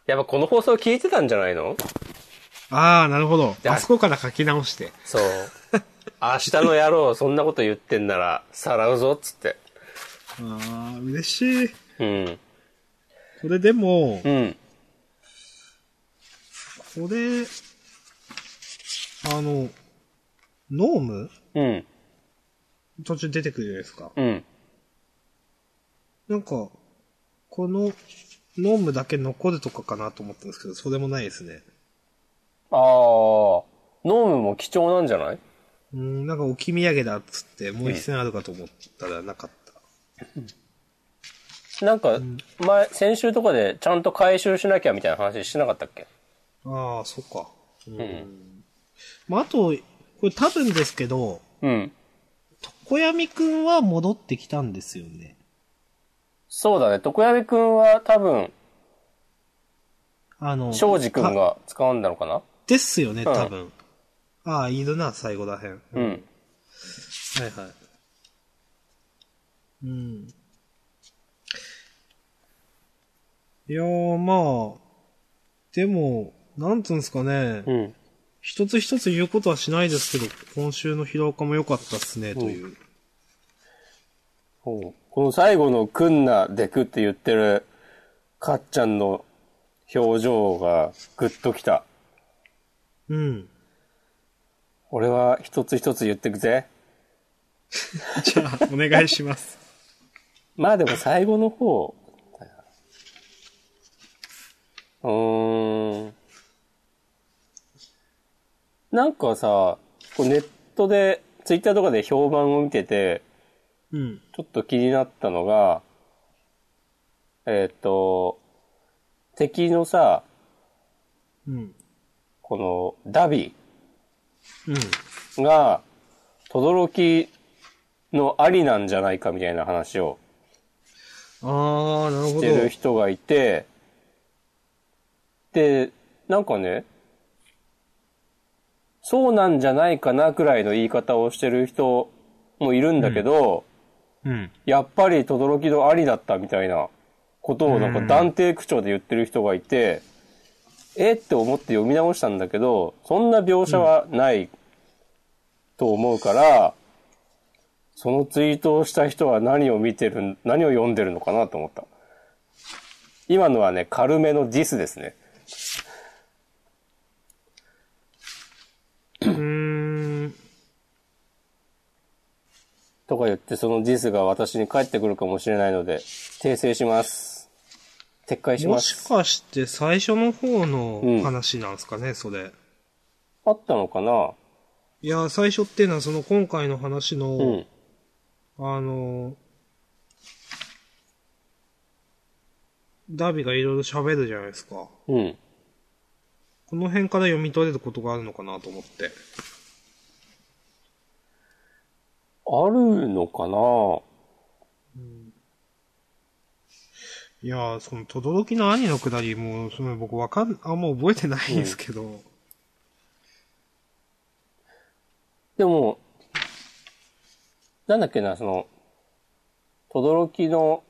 Speaker 1: やっぱこの放送聞いてたんじゃないの
Speaker 2: ああ、なるほど。
Speaker 1: ゃあ
Speaker 2: あそこから書き直して。
Speaker 1: そう。 *laughs* 明日の野郎、そんなこと言ってんなら、さらうぞ、っつって。
Speaker 2: ああ、嬉しい。
Speaker 1: うん。
Speaker 2: これでも
Speaker 1: う、ん。
Speaker 2: これ、あの、ノーム
Speaker 1: うん。
Speaker 2: 途中出てくるじゃないですか。
Speaker 1: うん。
Speaker 2: なんか、この、ノームだけ残るとかかなと思ったんですけど、そうでもないですね。
Speaker 1: あーノームも貴重なんじゃないう
Speaker 2: ーん、なんか置き土産だっつって、もう一戦あるかと思ったらなかった。
Speaker 1: なんか、前、先週とかでちゃんと回収しなきゃみたいな話してなかったっけ
Speaker 2: ああ、そっか。うん。まあ、あと、これ多分ですけど、
Speaker 1: うん。
Speaker 2: 小闇くんは戻ってきたんですよね。
Speaker 1: そうだね。徳闇くんは多分、
Speaker 2: あの、
Speaker 1: 庄司くん
Speaker 2: あ。
Speaker 1: が使うんだろうかな
Speaker 2: ですよね、
Speaker 1: ん
Speaker 2: 多分。ああ、いるな、最後らへん。
Speaker 1: う
Speaker 2: はい
Speaker 1: ん。
Speaker 2: はい。うん。いやー、まあ、でも、なんつうんですかね、
Speaker 1: うん。
Speaker 2: 一つ一つ言うことはしないですけど、今週の広岡も良かったっすね、という。
Speaker 1: この最後のくんなでくって言ってる、かっちゃんの表情がグッときた。
Speaker 2: うん。 *laughs*
Speaker 1: 俺は一つ一つ言ってくぜ。
Speaker 2: じゃあ、お願いします。
Speaker 1: まあでも最後の方。うーん。なんかさ、こうネットで、ツイッターとかで評判を見てて、
Speaker 2: うん。
Speaker 1: ちょっと気になったのが、えっ、と、敵のさ、
Speaker 2: うん。
Speaker 1: このダビ
Speaker 2: うん。
Speaker 1: が、轟のありなんじゃないかみたいな話を
Speaker 2: あー、なるほ
Speaker 1: し
Speaker 2: ど。
Speaker 1: てる人がいて、で、なんかね、そうなんじゃないかなくらいの言い方をしてる人もいるんだけど、
Speaker 2: うん。
Speaker 1: やっぱり轟のありだったみたいなことをなんか断定口調で言ってる人がいて、えって思って読み直したんだけど、そんな描写はないと思うから、そのツイートをした人は何を見てるん、何を読んでるのかなと思った。今のはね、軽めのディスですね。
Speaker 2: うーん。
Speaker 1: とか言って、そのディスが私に返ってくるかもしれないので、訂正します。撤回し
Speaker 2: も
Speaker 1: ま
Speaker 2: し
Speaker 1: す。
Speaker 2: かして最初の方
Speaker 1: う
Speaker 2: の
Speaker 1: ん
Speaker 2: 話なんですかね、それ。
Speaker 1: あったのかない
Speaker 2: や、最初っていうのはその今回の話の、
Speaker 1: うん。
Speaker 2: あの、ダービーがいろいろ喋るじゃないですか。
Speaker 1: うん。
Speaker 2: この辺から読み取れることがあるのかなと思って。
Speaker 1: あるのかない
Speaker 2: やー、その、轟きの兄のくだり、もう、その僕わかん、あんま覚えてないんですけど。
Speaker 1: でも、なんだっけな、その、轟の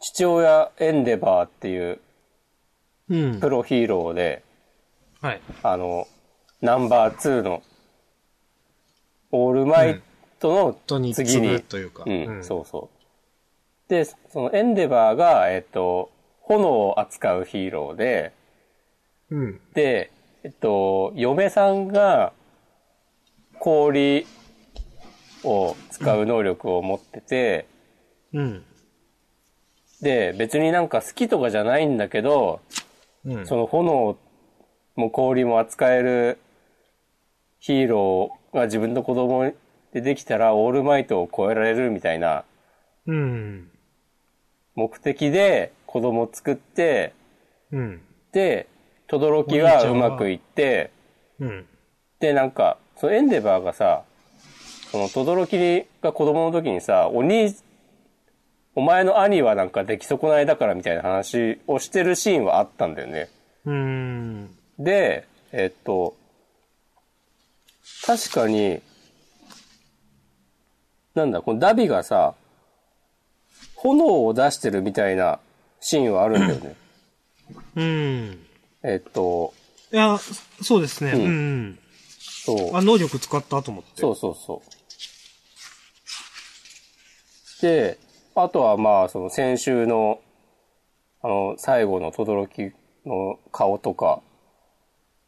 Speaker 1: 父親エンデバーっていう
Speaker 2: うん
Speaker 1: プ。ロヒーローで、
Speaker 2: はい。
Speaker 1: あの、ナンバー2の、オールマイト
Speaker 2: と
Speaker 1: の
Speaker 2: に
Speaker 1: 次
Speaker 2: 次
Speaker 1: に、
Speaker 2: ぐというか。
Speaker 1: うん、そうそう。で、そのエンデバーが、えっと、炎を扱うヒーローで、
Speaker 2: う。うん。
Speaker 1: で、えっと、嫁さんが氷を使う能力を持ってて、
Speaker 2: うん。
Speaker 1: で、別になんか好きとかじゃないんだけど、
Speaker 2: うん。
Speaker 1: その炎も氷も扱えるヒーローが自分の子供でできたらオールマイトを超えられるみたいな
Speaker 2: うん。
Speaker 1: 目的で子供を作って、
Speaker 2: うん。
Speaker 1: で、轟
Speaker 2: お兄ち
Speaker 1: は
Speaker 2: ゃ
Speaker 1: うん
Speaker 2: は
Speaker 1: まくいって、
Speaker 2: うん。
Speaker 1: で、なんか、そのエンデバーがさ、その、轟が子供の時にさ、お兄、お前の兄はなんか出来損ないだからみたいな話をしてるシーンはあったんだよね。
Speaker 2: うん。
Speaker 1: で、えっと、確かに、なんだ、このダビがさ、炎を出してるみたいなシーンはあるんだよね。
Speaker 2: うん。
Speaker 1: えっと、
Speaker 2: いや、そうですね。
Speaker 1: う
Speaker 2: うんん。
Speaker 1: そう。
Speaker 2: あ、能力使ったと思って。
Speaker 1: そうそうそう。で、あとはまあ、その先週の、あの、最後の轟の顔とか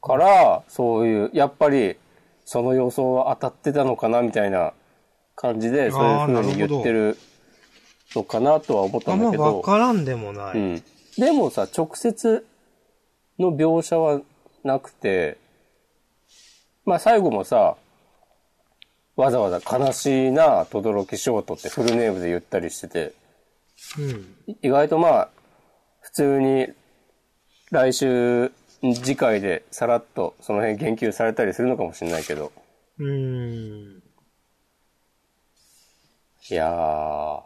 Speaker 1: から、そういう、やっぱり、その予想は当たってたのかな、みたいな感じで、そういう風に言ってるのかなとは思った
Speaker 2: あ
Speaker 1: ん
Speaker 2: ん
Speaker 1: だ
Speaker 2: ま
Speaker 1: け
Speaker 2: わ
Speaker 1: ど、
Speaker 2: からんでもな
Speaker 1: う
Speaker 2: い。
Speaker 1: ん。でもさ、直接の描写はなくて、まあ最後もさ、わざわざ悲しいな、轟きショートってフルネームで言ったりしてて、
Speaker 2: うん。
Speaker 1: い意外とまあ、普通に来週、次回でさらっとその辺言及されたりするのかもしれないけど、
Speaker 2: うん。
Speaker 1: いやー、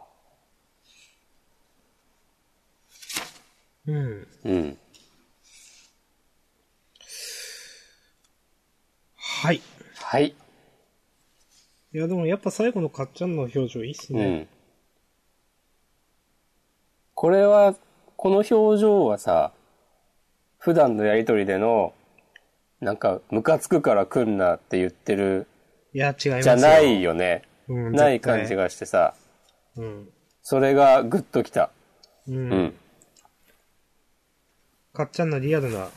Speaker 2: うん。
Speaker 1: うん。
Speaker 2: はい。
Speaker 1: はい。
Speaker 2: いや、でもやっぱ最後のかっちゃんの表情いいっす
Speaker 1: う
Speaker 2: ね。
Speaker 1: ん。これは、この表情はさ、普段のやりとりでの、なんか、ムカつくから来んなって言ってる、
Speaker 2: いや、違いますよ
Speaker 1: じゃない。よね。
Speaker 2: うん
Speaker 1: ない感じ。がしてさ、
Speaker 2: 絶対うん。
Speaker 1: それがグッときた。
Speaker 2: う。
Speaker 1: うんん。
Speaker 2: かっちゃんのリアルな、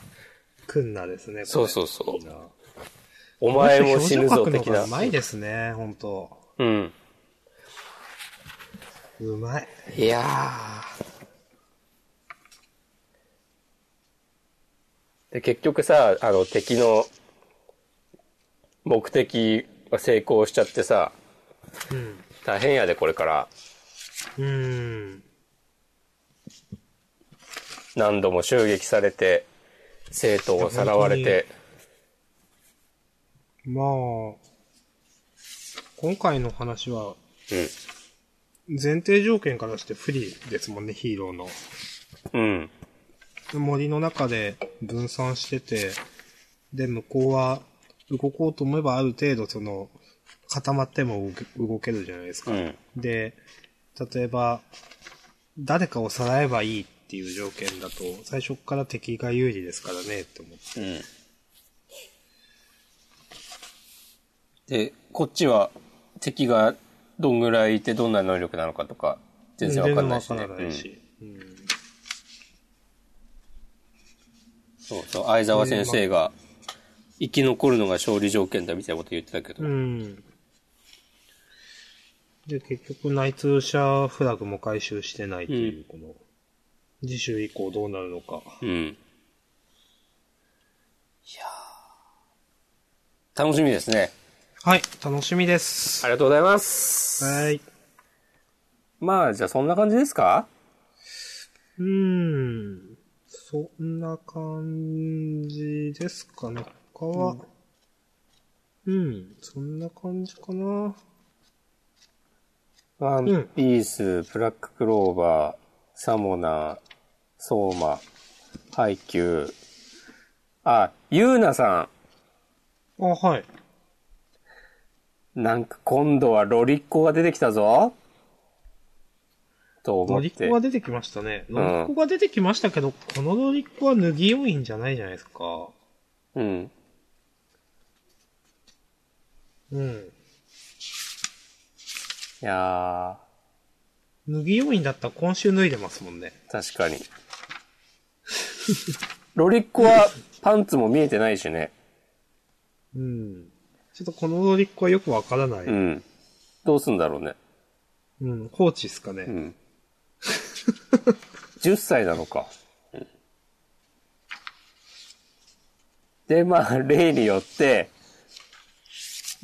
Speaker 2: くんなですね。
Speaker 1: そう
Speaker 2: う。
Speaker 1: そうそう。お前も死ぬぞ的
Speaker 2: 表情描くのが
Speaker 1: な
Speaker 2: う。まいですね、ほんと。
Speaker 1: うん。
Speaker 2: うまい。
Speaker 1: いやー。で、結局さ、あの、敵の目的が成功しちゃってさ、
Speaker 2: うん。
Speaker 1: 大変やで、これから。
Speaker 2: うん。
Speaker 1: 何度も襲撃されて、生徒をさらわれて。
Speaker 2: まあ、今回の話は、前提条件からして不利ですもんね、ヒーローの。
Speaker 1: うん。うん。
Speaker 2: 森の中で分散してて、で、向こうは動こうと思えばある程度その、固まっても動け動けるじゃないですか。
Speaker 1: うん。
Speaker 2: で、例えば、誰かをさらえばいいっていう条件だと、最初っから敵が有利ですからねって思って。
Speaker 1: うん。で、こっちは敵がどんぐらいいてどんな能力なのかとか、全然わかんないし、ね。
Speaker 2: 全然わからないし。うん
Speaker 1: そうそう、相沢先生が、生き残るのが勝利条件だみたいなこと言ってたけど。
Speaker 2: うん。で、結局、内通者フラグも回収してないという、この、次週以降どうなるのか。
Speaker 1: うん。いやー楽しみですね。
Speaker 2: はい、楽しみです。
Speaker 1: ありがとうございます。
Speaker 2: はい。
Speaker 1: まあ、じゃあそんな感じですか
Speaker 2: うーん。そんな感じですかね。他は、うん、そんな感じかな。
Speaker 1: ワンピース、ブラッククローバー、サモナー、ソーマ、ハイキュー。あ、ユーナさ
Speaker 2: あ、はい。
Speaker 1: ん。なんか今度はロリッコが出てきたぞ。と思
Speaker 2: ロ
Speaker 1: っ
Speaker 2: リ
Speaker 1: て
Speaker 2: ッコ。が出てきましたね。ロリッコが出てきましたけど、このロリッコは脱ぎ要員じゃないじゃないですか。
Speaker 1: うん。
Speaker 2: うん。
Speaker 1: いや
Speaker 2: 脱ぎ要員だったら今週脱いでますもんね。
Speaker 1: ー、確かに。ロリッコはパンツも見えてないしね。
Speaker 2: うん。ちょっとこのロリッコはよくわからない。
Speaker 1: う
Speaker 2: う。
Speaker 1: んん。どうすんだろうね。
Speaker 2: 放置っすか
Speaker 1: *laughs*
Speaker 2: ね。
Speaker 1: うん。10歳なのか。うんで、まあ、例によって、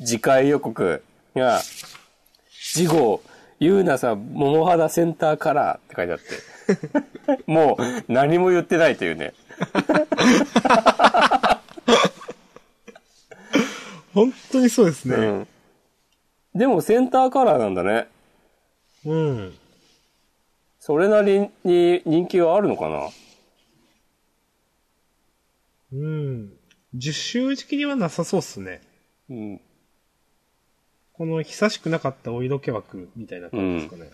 Speaker 1: 次回予告が、次号、ゆうなさん、桃肌センターカラーって書いてあって。 *laughs* もう、何も言ってないというね。
Speaker 2: 本当にそうです
Speaker 1: う
Speaker 2: ね。
Speaker 1: ん。でも、センターカラーなんだね。
Speaker 2: うん。
Speaker 1: それなりに人気があるのかな
Speaker 2: うん。10周打ち切りはなさそうっすね。
Speaker 1: うん。
Speaker 2: この久しくなかったお色気枠みたいな感じですかね。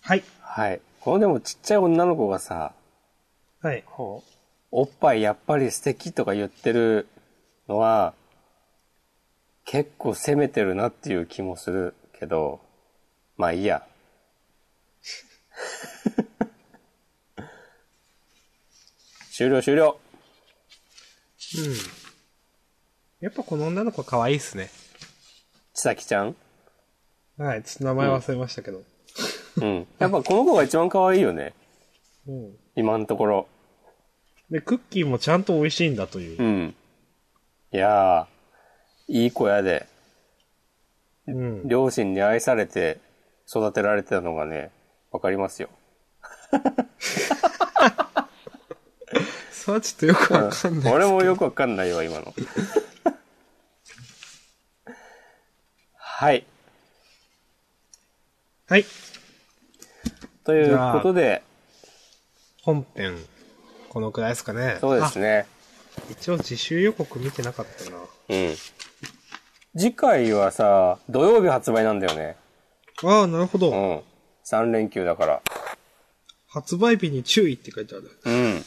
Speaker 2: はい。
Speaker 1: はい。このでもちっちゃい女の子がさ、
Speaker 2: はい。
Speaker 1: こう、おっぱいやっぱり素敵とか言ってるのは、結構攻めてるなっていう気もするけど、まあいいや。 *laughs* 終了終了。
Speaker 2: うん。やっぱこの女の子可愛いっすね。
Speaker 1: ちさきちゃん
Speaker 2: はい。ちょっと名前忘れましたけど。
Speaker 1: うん。やっぱこの子が一番可愛いよね。
Speaker 2: うん。
Speaker 1: 今のところ。
Speaker 2: で、クッキーもちゃんと美味しいんだという
Speaker 1: う。ん。いやー、いい子やで。
Speaker 2: うん。
Speaker 1: 両親に愛されて育てられてたのがね、わかりますよ。
Speaker 2: それはちょっとよくわかんない。
Speaker 1: 俺もよくわかんないわ、今の。 *laughs* はい。
Speaker 2: はい。
Speaker 1: ということで、
Speaker 2: 本編、このくらいですかね。
Speaker 1: そうですね。
Speaker 2: あ。一応自習予告見てなかったな。
Speaker 1: うん。次回はさ、土曜日発売なんだよね。
Speaker 2: ああ、なるほど。
Speaker 1: うん。3連休だから。
Speaker 2: 発売日に注意って書いてある。
Speaker 1: うん。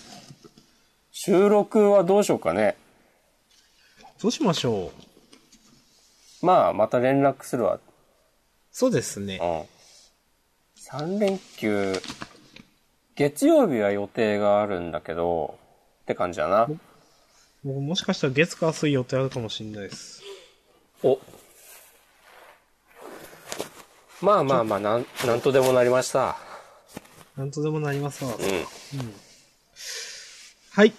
Speaker 1: 収録はどうしようかね。
Speaker 2: どうしましょう。
Speaker 1: まあ、また連絡するわ。
Speaker 2: そうですね
Speaker 1: う。ん。3連休、月曜日は予定があるんだけど、って感じだな。
Speaker 2: もうもしかしたら月火水予定あるかもしれないです。
Speaker 1: おまあまあまあなんなんとでもなりました
Speaker 2: なんとでもなりますわ。
Speaker 1: うん
Speaker 2: はい。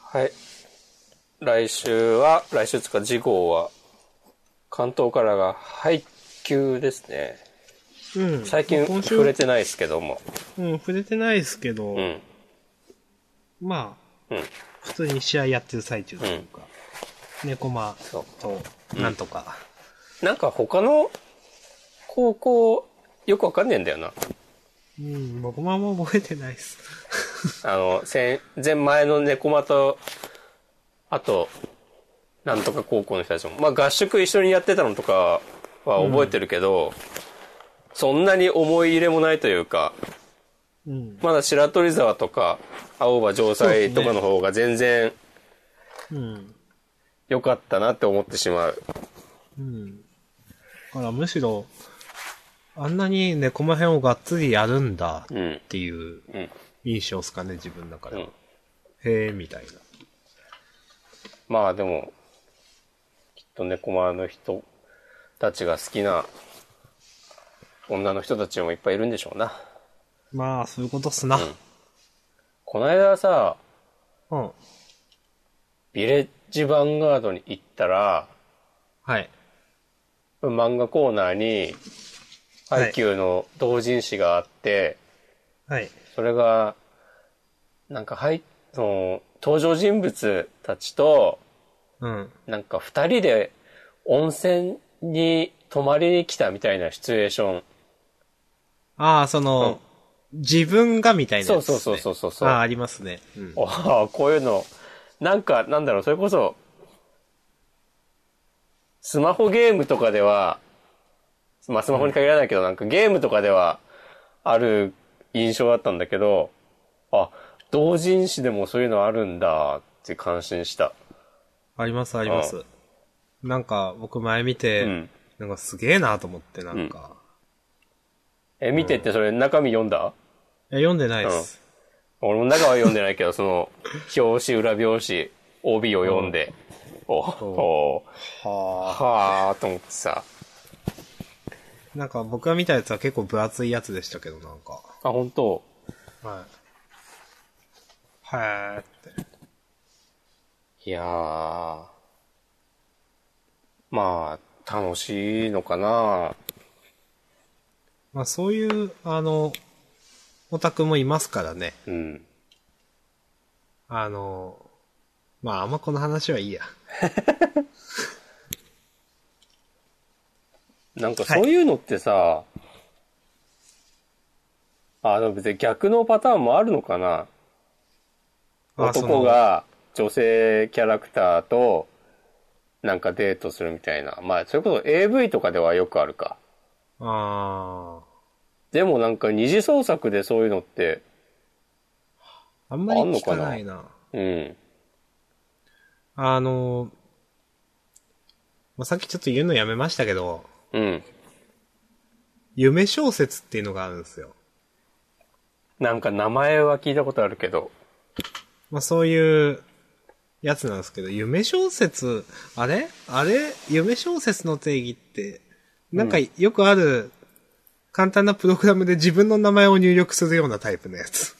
Speaker 1: はい来週は来週つか次号は関東からが配給ですね
Speaker 2: うん。
Speaker 1: 最近
Speaker 2: まあ今週
Speaker 1: 触れてないですけども
Speaker 2: うん、触れてないですけど、
Speaker 1: うん
Speaker 2: まあ、
Speaker 1: うん
Speaker 2: 普通に試合やってる最中というか、猫間
Speaker 1: そ
Speaker 2: と、なんとか。
Speaker 1: うなんか他の高校よくわかんねえんだよな
Speaker 2: うん、僕もあんま覚えてないです。
Speaker 1: あの前前前の猫間とあとなんとか高校の人たちもまあ合宿一緒にやってたのとかは覚えてるけど、そんなに思い入れもないというか
Speaker 2: うん。
Speaker 1: まだ白鳥沢とか青葉城西とかの方が全然
Speaker 2: うん。
Speaker 1: 良かったなって思ってしまう
Speaker 2: うん。だからむしろ、あんなに猫間編をがっつりやるんだ
Speaker 1: う,、ん
Speaker 2: っていう
Speaker 1: うん
Speaker 2: 印象ですかね、自分の中で
Speaker 1: う
Speaker 2: は。
Speaker 1: ん
Speaker 2: へえ、みたいな。
Speaker 1: まあでもきっと猫間の人たちが好きな女の人たちもいっぱいいるんでしょうな
Speaker 2: まあ、そういうことっすな。
Speaker 1: この間さ
Speaker 2: うん。
Speaker 1: ビレッジヴァンガードに行ったら、
Speaker 2: はい。
Speaker 1: 漫画コーナーに、
Speaker 2: はい
Speaker 1: ハイキューの同人誌があって、
Speaker 2: はい。
Speaker 1: それが、なんか、はい、その、登場人物たちと、
Speaker 2: うん。
Speaker 1: なんか二人で温泉に泊まりに来たみたいなシチュエーション。
Speaker 2: ああ、その、自分がみたいな
Speaker 1: そ
Speaker 2: や
Speaker 1: う
Speaker 2: つです
Speaker 1: そう
Speaker 2: ね。
Speaker 1: そうそううそう。
Speaker 2: ああ、ありますね。うん。
Speaker 1: ああ、こういうの、なんか、なんだろう、それこそ、スマホゲームとかでは、まあスマホに限らないけど、なんかゲームとかではある印象だったんだけど、あ、同人誌でもそういうのあるんだって感心した。
Speaker 2: あります、あります。なんか、僕前見て、
Speaker 1: うん
Speaker 2: なんかすげえなと思って、なんか。
Speaker 1: え、見てってそれ中身読んだ
Speaker 2: いや読んでないです。
Speaker 1: 俺も中は読んでないけど、その、表紙、裏表紙、帯を読んで、お、お、
Speaker 2: は
Speaker 1: はあと思ってさ。
Speaker 2: あ。なんか僕が見たやつは結構分厚いやつでしたけど、なんか。
Speaker 1: あ、本当
Speaker 2: はい。はーって。
Speaker 1: いやー。まあ、楽しいのかな
Speaker 2: まあそういう、あの、オタクもいますからね。
Speaker 1: うん。
Speaker 2: あの、まああんまこの話はいいや。
Speaker 1: なんか
Speaker 2: はい
Speaker 1: そういうのってさ、あ、でも別に逆のパターンもあるのかな
Speaker 2: あその
Speaker 1: 男が女性キャラクターとなんかデートするみたいな。まあ、それこそ AV とかではよくあるか。
Speaker 2: あ
Speaker 1: でもなんか二次創作でそういうのって、
Speaker 2: あ。あんまり聞かないな。
Speaker 1: うん。
Speaker 2: あの、まあ、さっきちょっと言うのやめましたけど、
Speaker 1: うん。
Speaker 2: 夢小説っていうのがあるんですよ。
Speaker 1: なんか名前は聞いたことあるけど。
Speaker 2: まあ、そういうやつなんですけど、夢小説、あれあれ夢小説の定義って、なんかよくある簡単なプログラムで自分の名前を入力するようなタイプのやつ。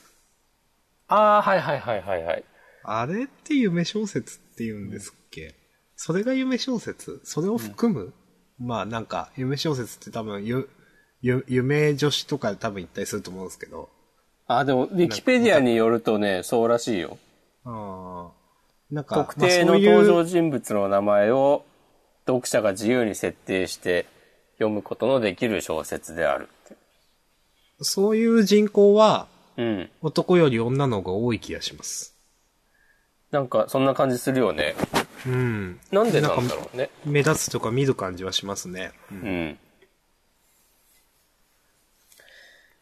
Speaker 1: ああ、はいはいはいはいはい。
Speaker 2: あれって夢小説って言うんですっけ、それが夢小説それを含む、まあなんか、夢小説って多分ゆ、ゆ、夢女子とか多分言ったりすると思うんですけど、
Speaker 1: あ、でも、ウィキペディアによるとね、そうらしいよ。
Speaker 2: あーなんか、
Speaker 1: 特定の
Speaker 2: まあそういう
Speaker 1: 登場人物の名前を読者が自由に設定して読むことのできる小説であるって。
Speaker 2: そういう人口は
Speaker 1: うん。
Speaker 2: 男より女の方が多い気がします。
Speaker 1: なんか、そんな感じするよね。
Speaker 2: うん。
Speaker 1: なんでなんだろうね。
Speaker 2: 目立つとか見る感じはしますね。
Speaker 1: うん。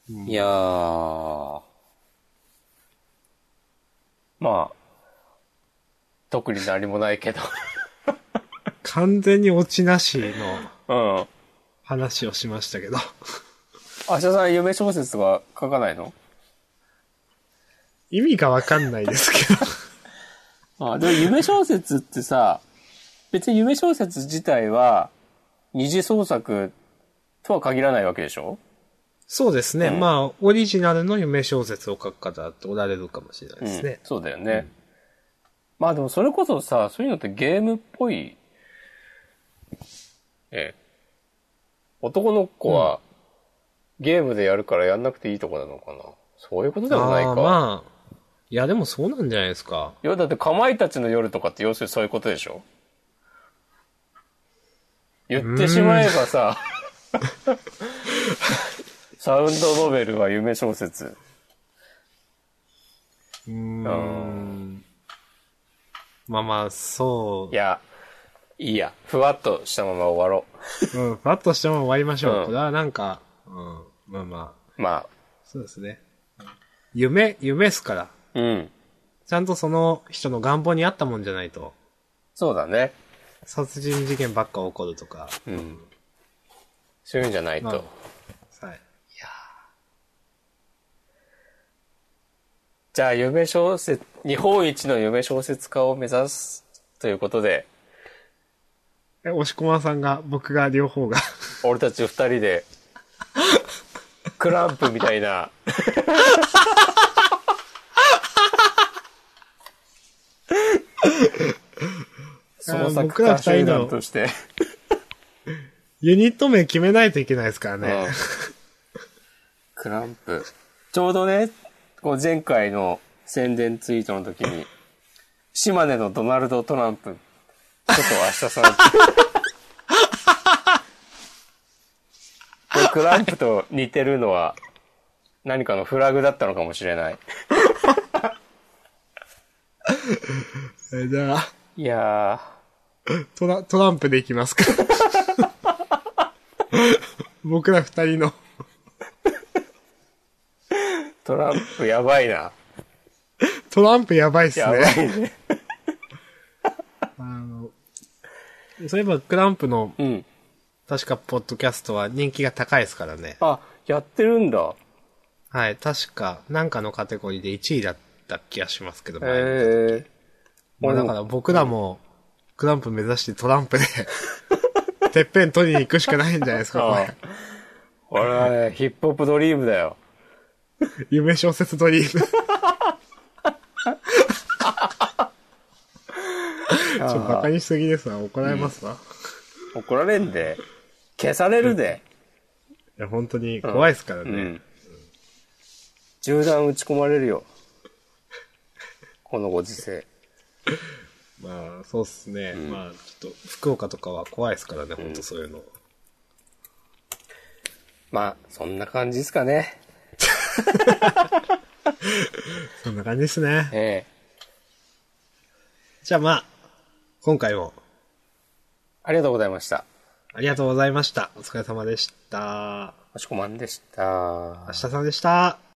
Speaker 1: いやー。まあ、特に何もないけど。 *laughs*
Speaker 2: 完全にオチなしの
Speaker 1: うん。
Speaker 2: 話をしましたけど。
Speaker 1: 明日さん、夢小説は書かないの
Speaker 2: 意味がわかんないですけど。
Speaker 1: あでも夢小説ってさ、別に夢小説自体は二次創作とは限らないわけでしょ
Speaker 2: そうですね。
Speaker 1: うん
Speaker 2: まあ、オリジナルの夢小説を書く方っておられるかもしれないです
Speaker 1: うん
Speaker 2: ね。
Speaker 1: そうだよね。まあでもそれこそさ、そういうのってゲームっぽい。ええ。男の子は、ゲームでやるからやんなくていいとこなのかな。そういうことでもない
Speaker 2: あ
Speaker 1: か。
Speaker 2: ーまあ、いやでもそうなんじゃないですか。
Speaker 1: いや、だって、かまいたちの夜とかって要するにそういうことでしょ言ってしまえばさ、 *laughs* サウンドノベルは夢小説。
Speaker 2: うーん。まあまあ、そ
Speaker 1: いや、いいや。ふわっとしたまま終わろ
Speaker 2: う。うん。パッとしても終わりましょう。
Speaker 1: うん
Speaker 2: これはなんか、うん。まあまあ。
Speaker 1: う。ま
Speaker 2: そうですね。夢、夢ですから。
Speaker 1: あ、うん。
Speaker 2: ちゃんとその人の願望に合ったもんじゃないと、
Speaker 1: そうだね。
Speaker 2: 殺人事件ばっか起こるとか。
Speaker 1: うん。そういうんじゃない
Speaker 2: ま
Speaker 1: と。
Speaker 2: あはい。
Speaker 1: じゃあ、夢小説、日本一の夢小説家を目指すということで、
Speaker 2: え、押し込まさんが、僕が両方が。 *laughs*
Speaker 1: 俺たち二人で、クランプみたいな、その作
Speaker 2: 僕ら
Speaker 1: 家
Speaker 2: 二
Speaker 1: 集
Speaker 2: 人の
Speaker 1: 団として。
Speaker 2: ユニット名決めないといけないですから
Speaker 1: う
Speaker 2: ね
Speaker 1: ん。 *laughs* クランプ。ちょうどね、こう前回の宣伝ツイートの時に、島根のドナルド・トランプ、ちょっと *laughs* 明日さん。でクランプと似てるのは何かのフラグだったのかもしれない。
Speaker 2: えーじゃあ、
Speaker 1: いや
Speaker 2: トラトランプでいきますか。 *laughs* 僕ら二人の。
Speaker 1: ー、トランプやばいな。
Speaker 2: トランプやばいっすね。
Speaker 1: やばいね。
Speaker 2: あの、そういえばクランプの
Speaker 1: うん。
Speaker 2: 確かポッドキャストは人気が高いですからね。
Speaker 1: あ、やってるんだ。
Speaker 2: はい、確かなんかのカテゴリーで1位だった気がしますけど、
Speaker 1: へえ
Speaker 2: 前
Speaker 1: ー。
Speaker 2: にまあだから僕らもクランプ目指してトラン
Speaker 1: *laughs*
Speaker 2: プでてっぺん取りに行くしかないんじゃないですか、こ
Speaker 1: あ
Speaker 2: れ。
Speaker 1: 俺はね、ヒップホップドリームだよ。
Speaker 2: 夢小説ドリーム。ちょっとバカにしすぎですわ。怒られますわ。
Speaker 1: 怒られんで。消されるで。
Speaker 2: いや、本当に怖いですからね。
Speaker 1: うん。銃弾撃ち込まれるよ。このご時世。
Speaker 2: まあ、そうっすね。まあ、ちょっと、福岡とかは怖いですからね、ほんとそういうの。
Speaker 1: まあ、そんな感じですかね。
Speaker 2: そんな感じですね。
Speaker 1: ええ。
Speaker 2: じゃあまあ、今回も、
Speaker 1: ありがとうございました。
Speaker 2: ありがとうございました。お疲れ様でした。
Speaker 1: おしこまんでした
Speaker 2: 明日。さんでした。